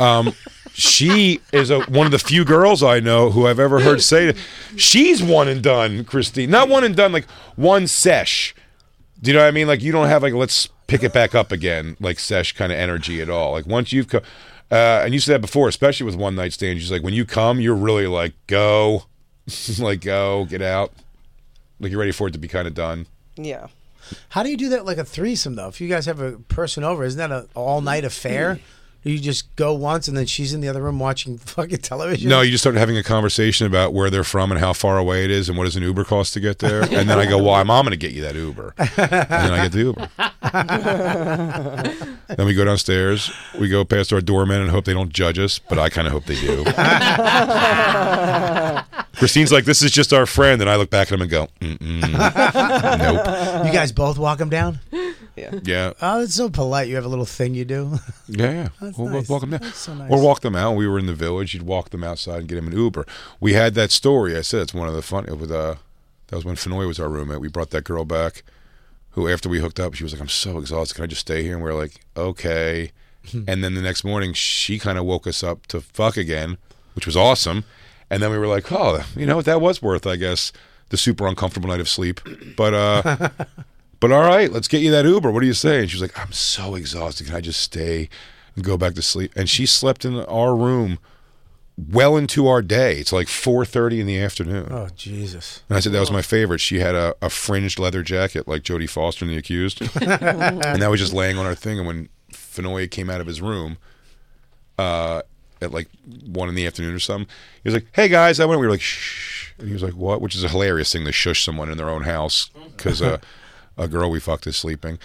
um, she is a, one of the few girls I know who I've ever heard say that she's one and done, Christine. Not one and done, like one sesh. Do you know what I mean? Like you don't have like let's pick it back up again, like sesh kind of energy at all. Like once you've come, uh, and you said that before, especially with one night stands. She's like, when you come, you're really like go, [LAUGHS] like go, get out. Like you're ready for it to be kind of done. Yeah. How do you do that like a threesome though? If you guys have a person over, isn't that an all night affair? Do you just go once and then she's in the other room watching [LAUGHS] fucking television? No, you just start having a conversation about where they're from and how far away it is and what does an Uber cost to get there. And then I go, well, I'm, I'm going to get you that Uber. And then I get the Uber. then we go downstairs. We go past our doorman and hope they don't judge us, but I kind of hope they do. Christine's like, this is just our friend. And I look back at him and go, mm-mm. nope. You guys both walk them down. Yeah. Oh, it's so polite. You have a little thing you [LAUGHS] do. Yeah, yeah. That's We'll nice. walk them down. That's so nice. Or walk them out. We were in the village. You'd walk them outside and get them an Uber. We had that story. I said it's one of the fun. It was uh, that was when Fenoy was our roommate. We brought that girl back, who after we hooked up, she was like, "I'm so exhausted. Can I just stay here?" And we are like, [LAUGHS] "Okay." and then the next morning, she kind of woke us up to fuck again, which was awesome. And then we were like, "Oh, you know what? That was worth, I guess, the super uncomfortable night of sleep." But uh. but all right, let's get you that Uber. What do you say? And she was like, I'm so exhausted. Can I just stay and go back to sleep? And she slept in our room well into our day. It's like 4:30 in the afternoon. Oh Jesus! And I said that was my favorite. She had a, a fringed leather jacket like Jodie Foster in The Accused, and that was just laying on our thing. And when Fenoy came out of his room, uh, at like one in the afternoon or something, he was like, "Hey guys, I went." We were like, "Shh," and he was like, "What?" Which is a hilarious thing to shush someone in their own house because [LAUGHS] uh, a girl we fucked is sleeping.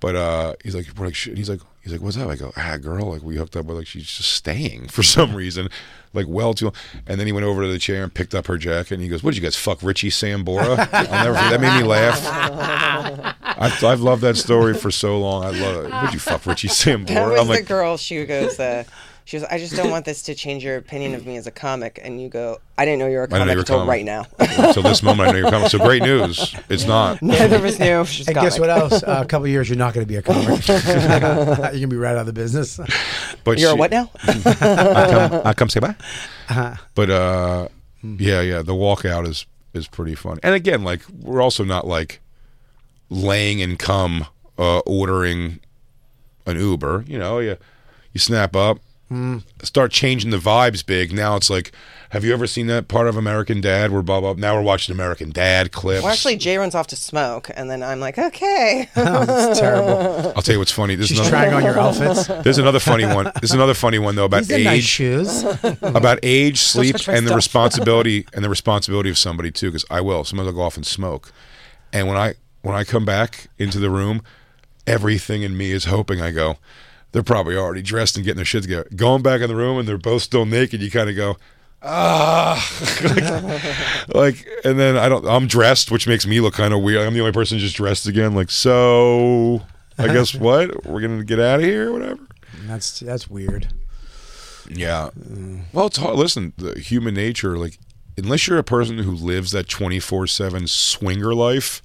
But uh, he's like, we're like, "Shh," and he's like, he's like, "What's up?" I go, "Ah, girl, like we hooked up, but like she's just staying for some reason, like well too." Long. And then he went over to the chair and picked up her jacket, and he goes, "What did you guys fuck Richie [LAUGHS] Sambora?" I'll never forget. That made me laugh. I, I've loved that story for so long. I love it. Would you fuck Richie Sambora? That was I'm like, the girl. She goes, uh, she goes, I just don't want this to change your opinion of me as a comic. And you go, I didn't know you were a I didn't know comic you were a until comic. right [LAUGHS] now. Until this moment, I know you're coming. So great news. It's not. Neither of us [LAUGHS] knew. She's and guess comic. what else? Uh, a couple of years, you're not going to be a comic. [LAUGHS] you're going to be right out of the business. But You're a she- [LAUGHS] what now? Uh-huh. I come, I come say bye. But uh, yeah, yeah, the walkout is is pretty fun. And again, like we're also not like laying and come uh, ordering an Uber. You know, you you snap up, Hmm. start changing the vibes. Big now, it's like, have you ever seen that part of American Dad where blah blah? Now we're watching American Dad clips. Well, actually, Jay runs off to smoke, and then I'm [LAUGHS] like, okay. It's terrible. [LAUGHS] I'll tell you what's funny. This She's is another, [LAUGHS] trying on your outfits. There's another funny one. There's another funny one though about These are age. nice shoes. [LAUGHS] about age, sleep, touch my and the stuff. responsibility and the responsibility of somebody too. Because I will sometimes I'll go off and smoke, and when I when I come back into the room, everything in me is hoping I go. They're probably already dressed and getting their shit together. Going back in the room and they're both still naked. You kind of go, ah, [LAUGHS] like, like, and then I don't. I'm dressed, which makes me look kind of weird. I'm the only person just dressed again. Like, so I guess what we're gonna get out of here, or whatever. [LAUGHS] That's that's weird. Yeah. Well, it's hard. listen, the human nature, like, unless you're a person who lives that 24 7 swinger life,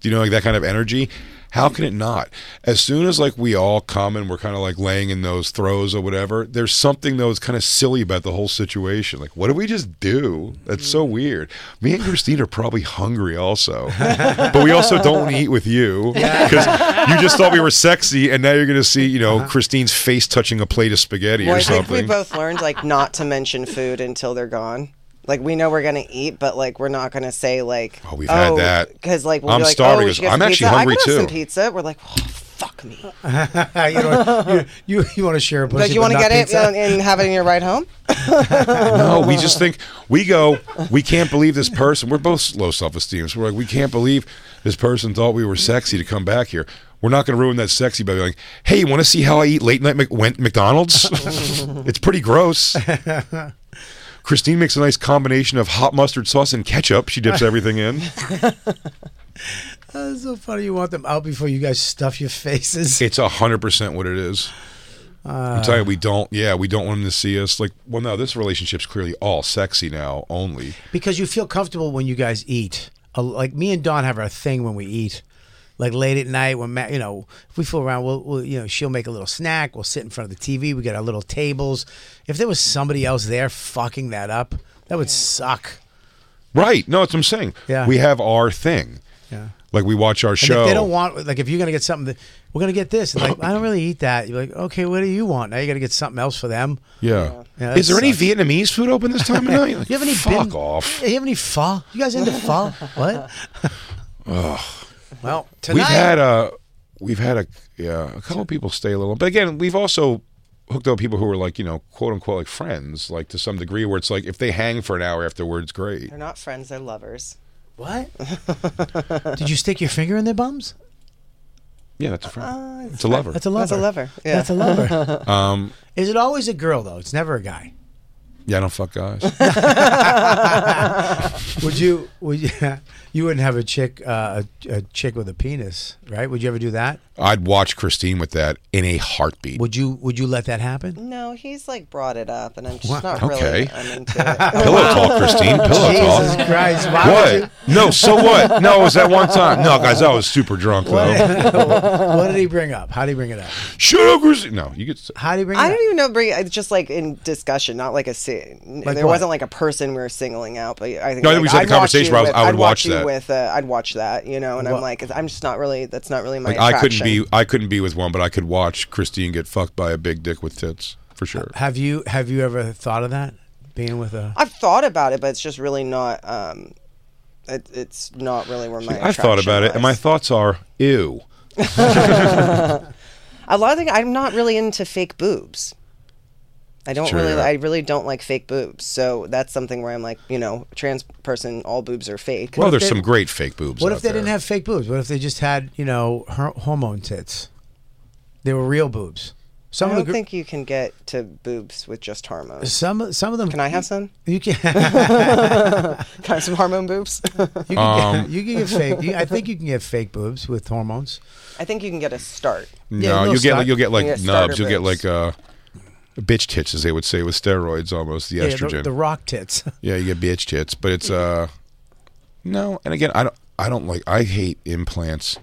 do you know, like that kind of energy, how can it not? As soon as, like, we all come and we're kind of like laying in those throws or whatever, there's something, though, that's kind of silly about the whole situation. Like, what do we just do? That's Mm. so weird. Me and Christine are probably hungry [LAUGHS] also, but we also don't want to eat with you because you just thought we were sexy and now you're going to see, you know, Christine's face touching a plate of spaghetti Uh-huh. Well, or I think we something. both learned like not to mention food until they're gone. Like we know we're gonna eat, but like we're not gonna say like. Oh, we've had that. Because like we're I'm like, starving oh, we as- should get I'm some actually pizza. hungry, I could have some too. pizza. We're like, oh, fuck me. [LAUGHS] you, don't- you, you, you want to share a pussy? Like you want to get pizza? it and- and have it in your ride home? No, we just think we go. We can't believe this person. We're both low self-esteem. So we're like, we can't believe this person thought we were sexy to come back here. We're not going to ruin that sexy by being like, hey, you want to see how I eat late night Mc- went McDonald's? it's pretty gross. Christine makes a nice combination of hot mustard sauce and ketchup. She dips everything in. [LAUGHS] That's so funny. You want them out before you guys stuff your faces. It's a hundred percent what it is. I'm telling you, we don't. Yeah, we don't want them to see us. Like, well, no, this relationship's clearly all sexy now only. because you feel comfortable when you guys eat. Uh, Like me and Dawn have our thing when we eat. Like late at night, when Matt, you know, if we fool around, we'll, we'll, you know, she'll make a little snack. We'll sit in front of the TV. We got our little tables. If there was somebody else there fucking that up, that would suck. Right. No, that's what I'm saying. Yeah. We have our thing. Yeah. Like we watch our And if show. they don't want, like, if you're gonna get something, that, we're gonna get this. And like, I don't really eat that. You're like, okay, what do you want? Now you gotta get something else for them. yeah. Yeah, that Is there any sucks. Vietnamese food open [LAUGHS] this time of night? Like, You have any fuck bim- off. You have any pho? You guys into [LAUGHS] pho? What? Well, tonight We've had a we've had a yeah, a couple people stay a little. But again, we've also hooked up with people who are like, you know, quote unquote like friends, like to some degree where it's like if they hang for an hour afterwards, great. They're not friends. They're lovers. What? Did you stick your finger in their bums? Yeah, that's a friend. it's a lover. That's Uh, a lover. That's a lover. Yeah. That's a [LAUGHS] lover. um Is it always a girl though? It's never a guy. yeah, I don't [LAUGHS] fuck guys. Would you? Would you? [LAUGHS] You wouldn't have a chick, uh, a, a chick with a penis, right? Would you ever do that? I'd watch Christine with that in a heartbeat. Would you? Would you let that happen? No, he's like brought it up, and I'm just not Okay. really. I'm [LAUGHS] into it. Oh, Pillow [LAUGHS] talk, Christine. Pillow Jesus talk. Christ! Why would you- What? No, so what? No, it was that one time. No, guys, I was super drunk though. what did he bring up? How did he bring it up? Shut up, Christine. No, you get. How did he bring it I up? don't even know. Brie, It's just like in discussion, not like a. si- Like there what? wasn't like a person we were singling out, but I think. No, I like, think we just had a I'd watch conversation you where I was- with- I would I'd watch you that. With uh, I'd watch that, you know, and What? I'm like, I'm just not really. That's not really my. Like, I couldn't be. attraction. I couldn't be with one, but I could watch Christine get fucked by a big dick with tits for sure. Have you? Have you ever thought of that? being with a. I've thought about it, but it's just really not. Um, it, it's not really where my. I thought about it, and my thoughts are ew. A lot of things. I'm not really into fake boobs. I don't Sure. really. I really don't like fake boobs. So that's something where I'm like, you know, trans person, all boobs are fake. Well, Oh, there's some great fake boobs. What out if they there. didn't have fake boobs? What if they just had you know her- hormone tits? They were real boobs. Some I of don't the gr- think you can get to boobs with just hormones. some some of them. Can I have some? You can. [LAUGHS] can I have some hormone [LAUGHS] boobs? You can, Um. get, you can get fake. You, I think you can get fake boobs with [LAUGHS] hormones. I think you can get a start. Yeah, little No, you'll get star- like you'll get like You get starter nubs. You'll get boobs. like uh, bitch tits, as they would say, with steroids. Almost the Yeah, estrogen. the, the rock tits. [LAUGHS] Yeah, you get bitch tits, but it's uh no. And again, I don't I don't like I hate implants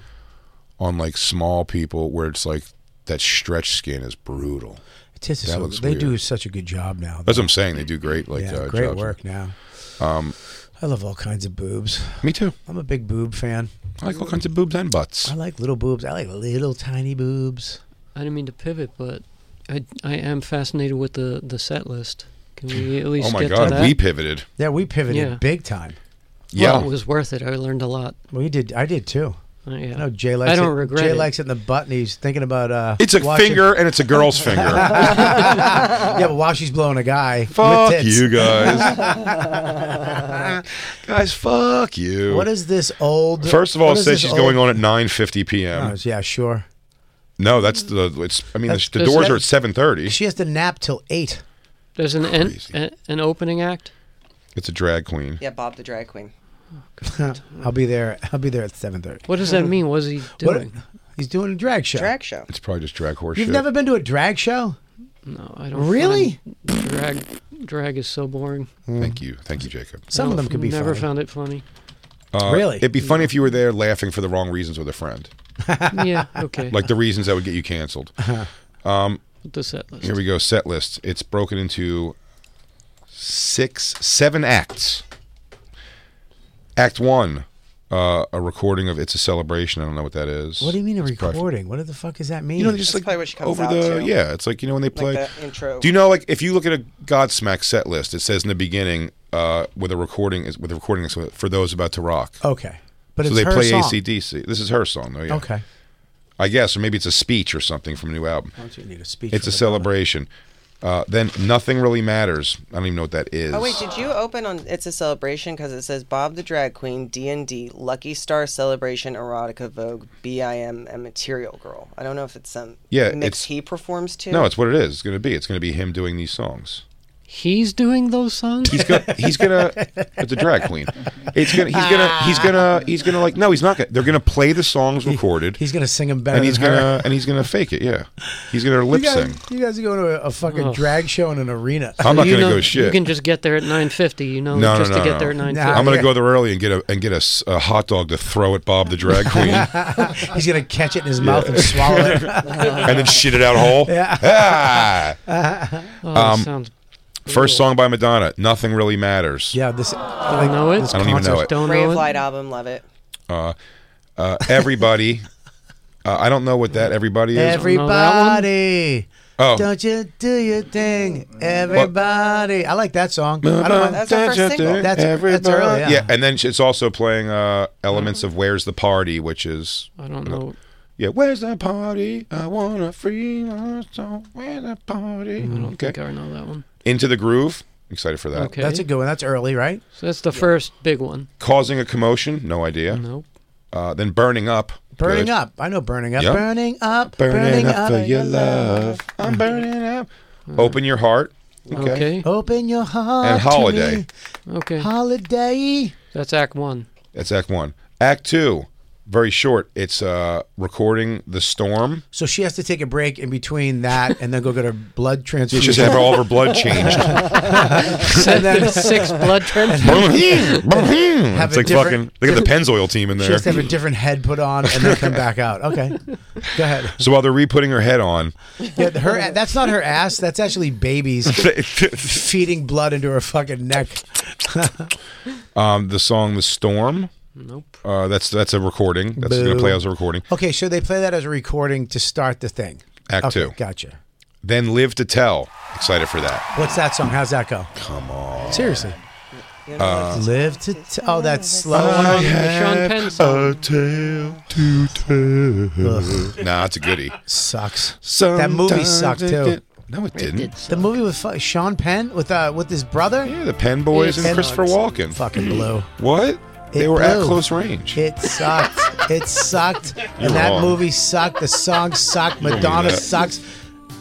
on like small people where it's like that stretch skin is brutal. Tits is That so- looks they do weird. such a good job now. That's what I'm saying. They do great like yeah, uh, great jobs. work now. Um, I love all kinds of boobs. me too. I'm a big boob fan. I like all kinds of boobs and butts. I like little boobs. I like little tiny boobs. I didn't mean to pivot, but I, I am fascinated with the, the set list. Can we at least Oh my get to god, that? we pivoted. Yeah, we pivoted Yeah. big time. Yeah. Well, it was worth it. I learned a lot. We did. I did too. Uh, yeah. I know Jay likes. I don't it. regret Jay it. likes it in the butt, and he's thinking about. Uh, It's a washing- finger and it's a girl's finger. [LAUGHS] yeah, but while she's blowing a guy, with fuck tits. you guys. [LAUGHS] guys, fuck you. What is this old? First of all, what it is says this she's old- going on at 9:50 p.m. Oh, yeah, sure. No, that's the. It's. I mean, That's- the, the that's- doors are at that's- 7:30. She has to nap till eight. There's an en- an, an opening act. It's a drag queen. Yeah, Bob the drag queen. I'll be there. I'll be there at seven thirty. What does [LAUGHS] that mean? What is he doing? He's doing a drag show. Drag show. It's probably just drag horse You've shit. never been to a drag show? No, Oh, I don't. Really? find Drag drag is so boring. Thank you, thank you, Jacob. Some of them could be Never funny. found [LAUGHS] it funny. Uh, Really? It'd be funny if you were there laughing for the wrong reasons with a friend, yeah. Okay. like the reasons that would get you [LAUGHS] canceled. Um, the set list. here we go. Set list. It's broken into six, seven acts. Act one, uh, a recording of "It's a Celebration." I don't know what that is. What do you mean a It's probably- recording? What the fuck does that mean? You know, they just That's like probably what she comes over out the to. yeah. It's like you know when they play the intro. Do you know like if you look at a Godsmack set list, it says in the beginning uh, with a recording is with a recording is for those about to rock. okay, but so it's they her play song. ACDC. This is her song, though. Yeah. Okay, I guess, or maybe it's a speech or something from a new album. don't you need a Oh, speech? It's for a the- celebration. Uh, then nothing really matters. I don't even know what that is. Oh wait, did you open on It's a Celebration because it says Bob the Drag Queen, D and D, Lucky Star Celebration, Erotica Vogue, BIM, and Material Girl. I don't know if it's some Yeah, mix it's- he performs to. no, it's what it is. It's going to be. It's going to be him doing these songs. He's doing those songs. [LAUGHS] He's gonna. He's gonna. It's a drag queen. It's gonna. He's gonna. He's gonna. He's gonna like. No, he's not. Gonna, they're gonna play the songs recorded, He's gonna sing him better. and he's than her. gonna. And he's gonna fake it. Yeah, he's You gonna lip guys, sync. you guys are going to a, a fucking Ugh. drag show in an arena. [LAUGHS] I'm not You gonna know- go shit. You can just get there at 9:50. You know, No, just no, no, to get no. there at 9:50. Nah. I'm gonna yeah. go there early and get a and get a, s- a hot dog to throw at Bob [LAUGHS] the drag queen, [LAUGHS] He's gonna catch it in his mouth and swallow it. [LAUGHS] [LAUGHS] and then shit it out whole. Yeah. Oh, Um, that sounds. First song by Madonna. Nothing really matters. Yeah, this. Don't know it. I don't even know it. Don't Ray know of it. Light album, love it. Uh, uh, everybody. uh, I don't know what that everybody is. Everybody, oh, don't you do your thing, everybody. I like that song. I don't mind. That's our first single. That's- that's Everybody. early, yeah. Mm-hmm. and then it's also playing uh, elements of "Where's the Party," which is I don't know. yeah, "Where's the Party? I wanna free my soul. Where's the party?" Mm-hmm. I don't Okay, think I know that one. into the groove. Excited for that. Okay. That's a good one. That's early, right? So that's the first big one. Causing a commotion. No idea. Nope. Uh, then burning up. Burning Good. up. I know burning up. Yep. Burning up. Burning, up, for your your love. I'm burning up. Mm-hmm. Open your heart. Okay. Okay. Open your heart. And to holiday. me. Okay. Holiday. That's Act [LAUGHS] One. That's Act One. Act Two, very short. It's uh, recording the storm. So she has to take a break in between that and then go get her blood She transfusion. just have all of her [LAUGHS] blood changed. Send [LAUGHS] them six blood transfusions. it's a like different- fucking. They got the Pennzoil team in She there. has to have a different head put on and then come back out. Okay, go ahead. So while they're re-putting her head [LAUGHS] on, Yeah, her that's not her ass. That's actually [LAUGHS] babies feeding blood into her fucking neck. um, the song "The Storm." Nope. Uh, that's that's a recording. That's Boo. gonna play as a recording. Okay, so they play that as a recording to start the thing. Act Okay, two. Gotcha. Then Live to Tell. Excited for that. What's that song? How's that go? Come on. Seriously. Uh, Live to t- oh, that's slow. I Sean have Penn a tale to tell. Nah, it's a goodie. Sucks. that Sometimes movie sucked it too. get- No, it didn't. the movie with fu- Sean Penn with uh, with his brother. Yeah, the Penn Boys and Christopher Walken. Fucking blew. What? they It were at blew. close range. It sucked. it sucked. [LAUGHS] You're and that wrong. movie sucked. The song sucked. You don't mean Madonna that. sucks.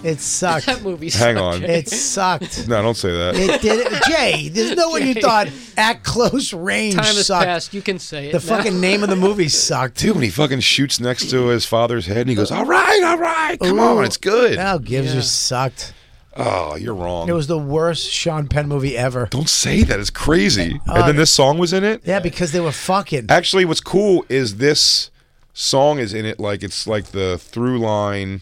It sucked. that movie Hang sucked, on. Jay. It sucked. No, don't say that. It did it. Jay, there's no way you Jay. thought at close range Time has sucked. passed. You can say it. The now. fucking name of the movie sucked. Dude, [LAUGHS] when he fucking shoots next to his father's head and he goes, all right, all right, come on, it's good. Now gives you sucked. Oh, you're wrong. It was the worst Sean Penn movie ever. Don't say that. It's crazy. Uh, and then this song was in it? Yeah, because they were fucking. Actually, what's cool is this song is in it. Like, it's like the through line,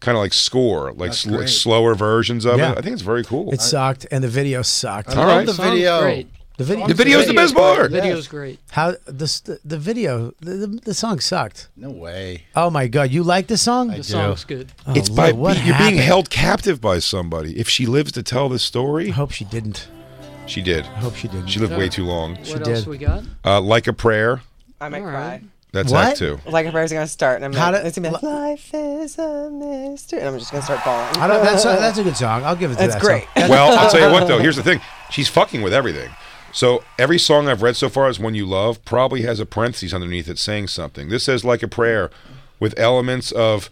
kind of like score, like sl- great. slower versions of Yeah. it. I think it's very cool. It sucked, and the video sucked. I All love right. the Song's video. great. The video. The video's the best part. The video's great. How the the, the video the, the, the song sucked. No way. Oh my god, you like the song? The song's good. Oh, it's Lord, by what you're happened? being held captive by somebody. If she lives to tell this story, I hope she didn't. She did. I hope she didn't. She lived way too long. What else we got? Uh, like a prayer. I might cry. That's that too. Like a prayer's gonna start, and I'm How gonna, do- it's gonna be like, life is a mystery, and I'm just gonna start bawling. I don't, that's [LAUGHS] a, that's a good song. I'll give it to That's that. great. song. Well, I'll tell you what though. Here's the thing. She's fucking with everything. So every song I've read so far is one you love. Probably has a parenthesis underneath it saying something. This says like a prayer, with elements of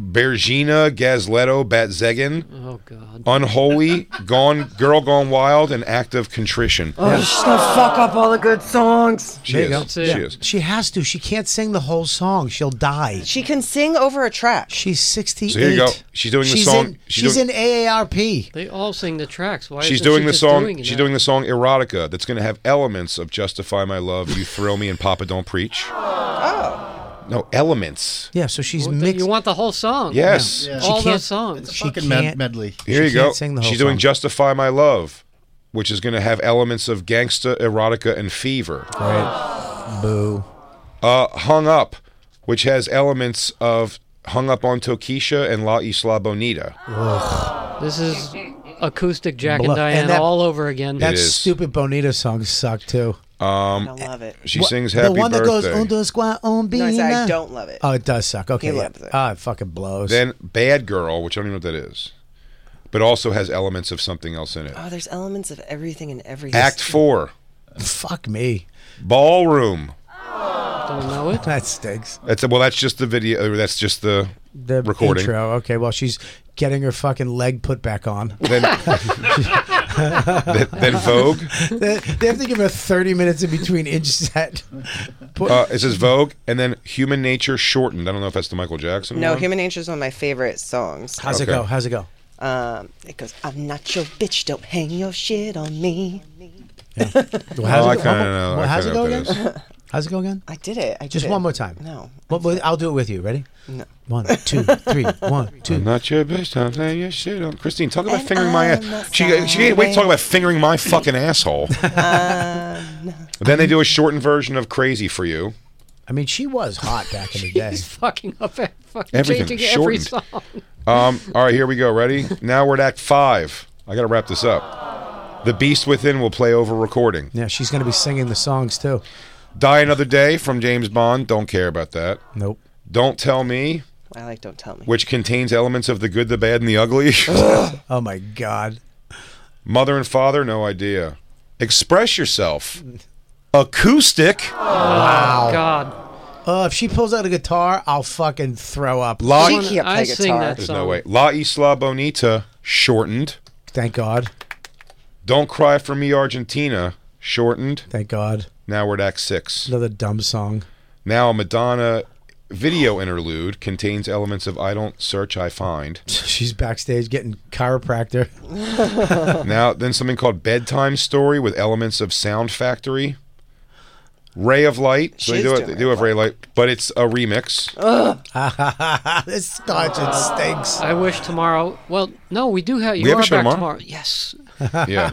Bergina, Gazletto, Batzegin, Oh God. [LAUGHS] Unholy, Gone Girl Gone Wild, and Act of Contrition. Oh, she's gonna fuck up all the good songs. She is. She Yeah. is. She has to. She can't sing the whole song. She'll die. She can sing over a track. She's 68. So here you go. She's doing the She's song- In, she's she's doing- in AARP. They all sing the tracks. Why she's isn't she doing the just song. Doing it she's now? doing the song "Erotica." That's going to have elements of "Justify My Love," "You Thrill Me," and "Papa Don't [GASPS] Preach." Oh. No elements. Yeah, so she's Then mixed. You want the whole song? Yes. Yeah. All She can't- those songs. She Fucking med- can't- medley. Here she you go. can't sing the whole she's doing song. "Justify My Love," which is going to have elements of gangsta, erotica, and fever. Right. Boo. Uh, "Hung Up," which has elements of "Hung Up on Tokisha" and "La Isla Bonita." This is acoustic Jack Bluff. and Diane that- all over again. That It is. stupid Bonita song sucked too. Um, I love it. she What- sings "Happy The one that Birthday." goes un dos qua un No, I said I bina." don't love it. Oh, it does suck. Okay, He yeah. loves it. Oh, it fucking blows. Then Bad Girl, which I don't even know what that is, but also has elements of something else in it. Oh, there's elements of everything and everything. Act Four, Fuck me. Ballroom. Don't know it. That stinks. That's well, that's just the video. or That's just the, The recording. intro. Okay, well she's getting her fucking leg put back on. [LAUGHS] Then, then, then Vogue. they, they have to give her 30 minutes in between each set. Put- Uh, it says Vogue, and then Human Nature shortened. I don't know if that's the Michael Jackson. No, one. Human Nature is one of my favorite songs. How's okay. it go? How's it go? Um, it goes, I'm not your bitch, don't hang your shit on me. Well, how's Oh, it I go? One kinda know. more- I well, how's it kinda go know what that again? How's it go again? I did it. I did Just it. one more time. No. Well, well, I'll do it with you. Ready? No. One, two, three. One, two. I'm not your bitch. Don't say your shit. on- Christine, talk about And fingering my I'm ass. not She, she can't wait to sorry. talk about fingering my fucking [LAUGHS] asshole. Um, then they do a shortened version of Crazy for You. I mean, she was hot back [LAUGHS] in the day. He's fucking up. [LAUGHS] Fucking Everything changing every shortened. song. Um, all right, here we go. Ready? Now we're at Act Five. I got to wrap this up. The Beast Within will play over recording. Yeah, she's going to be singing the songs too. Die Another Day from James Bond. Don't care about that. Nope. Don't Tell Me, I like Don't Tell Me. which contains elements of the good, the bad, and the ugly. Oh my God. Mother and Father, no idea. Express Yourself. Acoustic. Wow. God. Uh, if she pulls out a guitar, I'll fucking throw up. La- She can't I play sing guitar. that There's song. no way. La Isla Bonita, shortened. Thank God. Don't Cry for Me, Argentina, shortened. Thank God. Now we're at Act Six. Another dumb song. Now a Madonna video interlude contains elements of I Don't Search, I Find. She's backstage getting [LAUGHS] chiropractor. Now, then something called Bedtime Story with elements of Sound Factory. Ray of Light. So they She's do, it, doing they do have Ray of Light, but it's a remix. [LAUGHS] Ah, this starch and stinks. I wish tomorrow. Well, no, we do have. You We have are a show back tomorrow? tomorrow. Yes. yeah.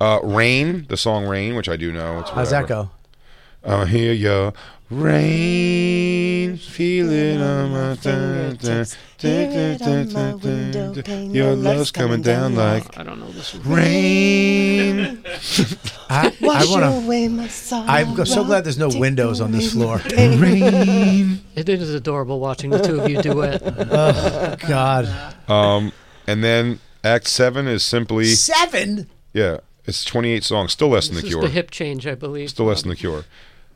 Uh, Rain, the song Rain, which I do know. It's How's that whatever. go? I hear your rain, feeling on my fingertips, Your love's coming down like I don't know this rain. I, Wash I want away my sorrow. I'm so glad there's no windows on this floor. It is adorable watching the two of you [LAUGHS] duet. oh God. Um, and then Act Seven is simply Seven. Yeah, it's 28 songs, still less than This the is Cure. the hip change, I believe. Still less than the Cure.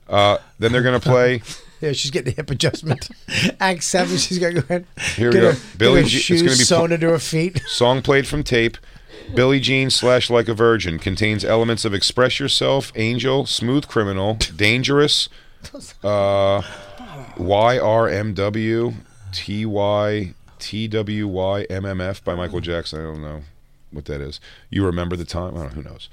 Uh, then they're [LAUGHS] gonna play. Yeah, she's getting a hip adjustment. [LAUGHS] Act seven, she's got to go ahead. Here we get go. Her, Billy Billie Jean- it's shoes gonna be pl- sewn into her feet. [LAUGHS] Song played from tape. Billie Jean slash Like a Virgin contains elements of Express Yourself, Angel, Smooth Criminal, Dangerous, uh, YRMW, TY, TWYMMF by Michael Jackson. I don't know what that is. You remember the time? I don't know. [LAUGHS] Who knows?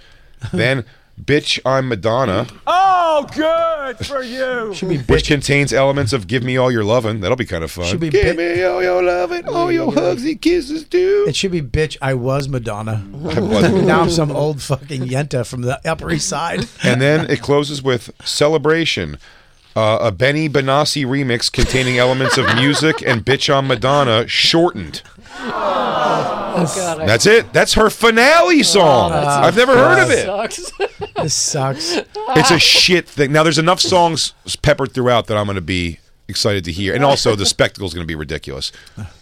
Then Bitch, I'm Madonna, Oh, good for you. Should which contains elements of Give Me All Your Lovin'. That'll be kind of fun. Should be Give bitch- me all your lovin', all your hugs and kisses, [LAUGHS] too. It should be bitch. I was Madonna. I was Madonna. now I'm some old fucking yenta from the Upper East Side. and then it closes with celebration uh, a benny benassi remix containing elements of music and bitch on madonna shortened Oh, God, [LAUGHS] I- that's it that's her finale song that's- i've never heard of That it sucks. This sucks. it's a shit thing now there's enough songs peppered throughout that i'm going to be excited to hear and also the spectacle's going to be ridiculous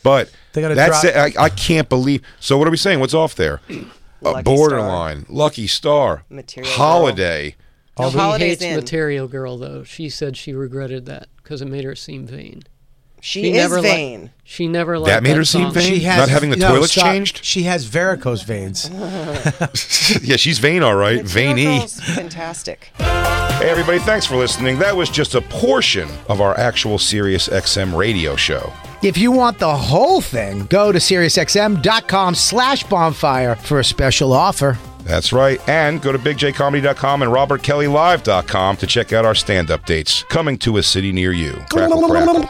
but They gotta that's drop- it I, I can't believe so what are we saying what's off there uh, Lucky borderline lucky star Material Girl. holiday No, Although- he Holiday's hates in. Material Girl though. She said she regretted that because it made her seem vain. She is li- vain. she never liked That made her seem song. vain? She has Not having the no, toilets stop. changed? She has varicose [GASPS] veins. yeah she's vain all right Material veiny Girl's Fantastic. Hey, everybody, thanks for listening. That was just a portion of our actual Sirius XM radio show. If you want the whole thing, go to SiriusXM.com slash bonfire for a special offer. That's right. And go to bigjcomedy.com and robertkellylive.com to check out our stand up dates coming to a city near you. Crackle, crackle.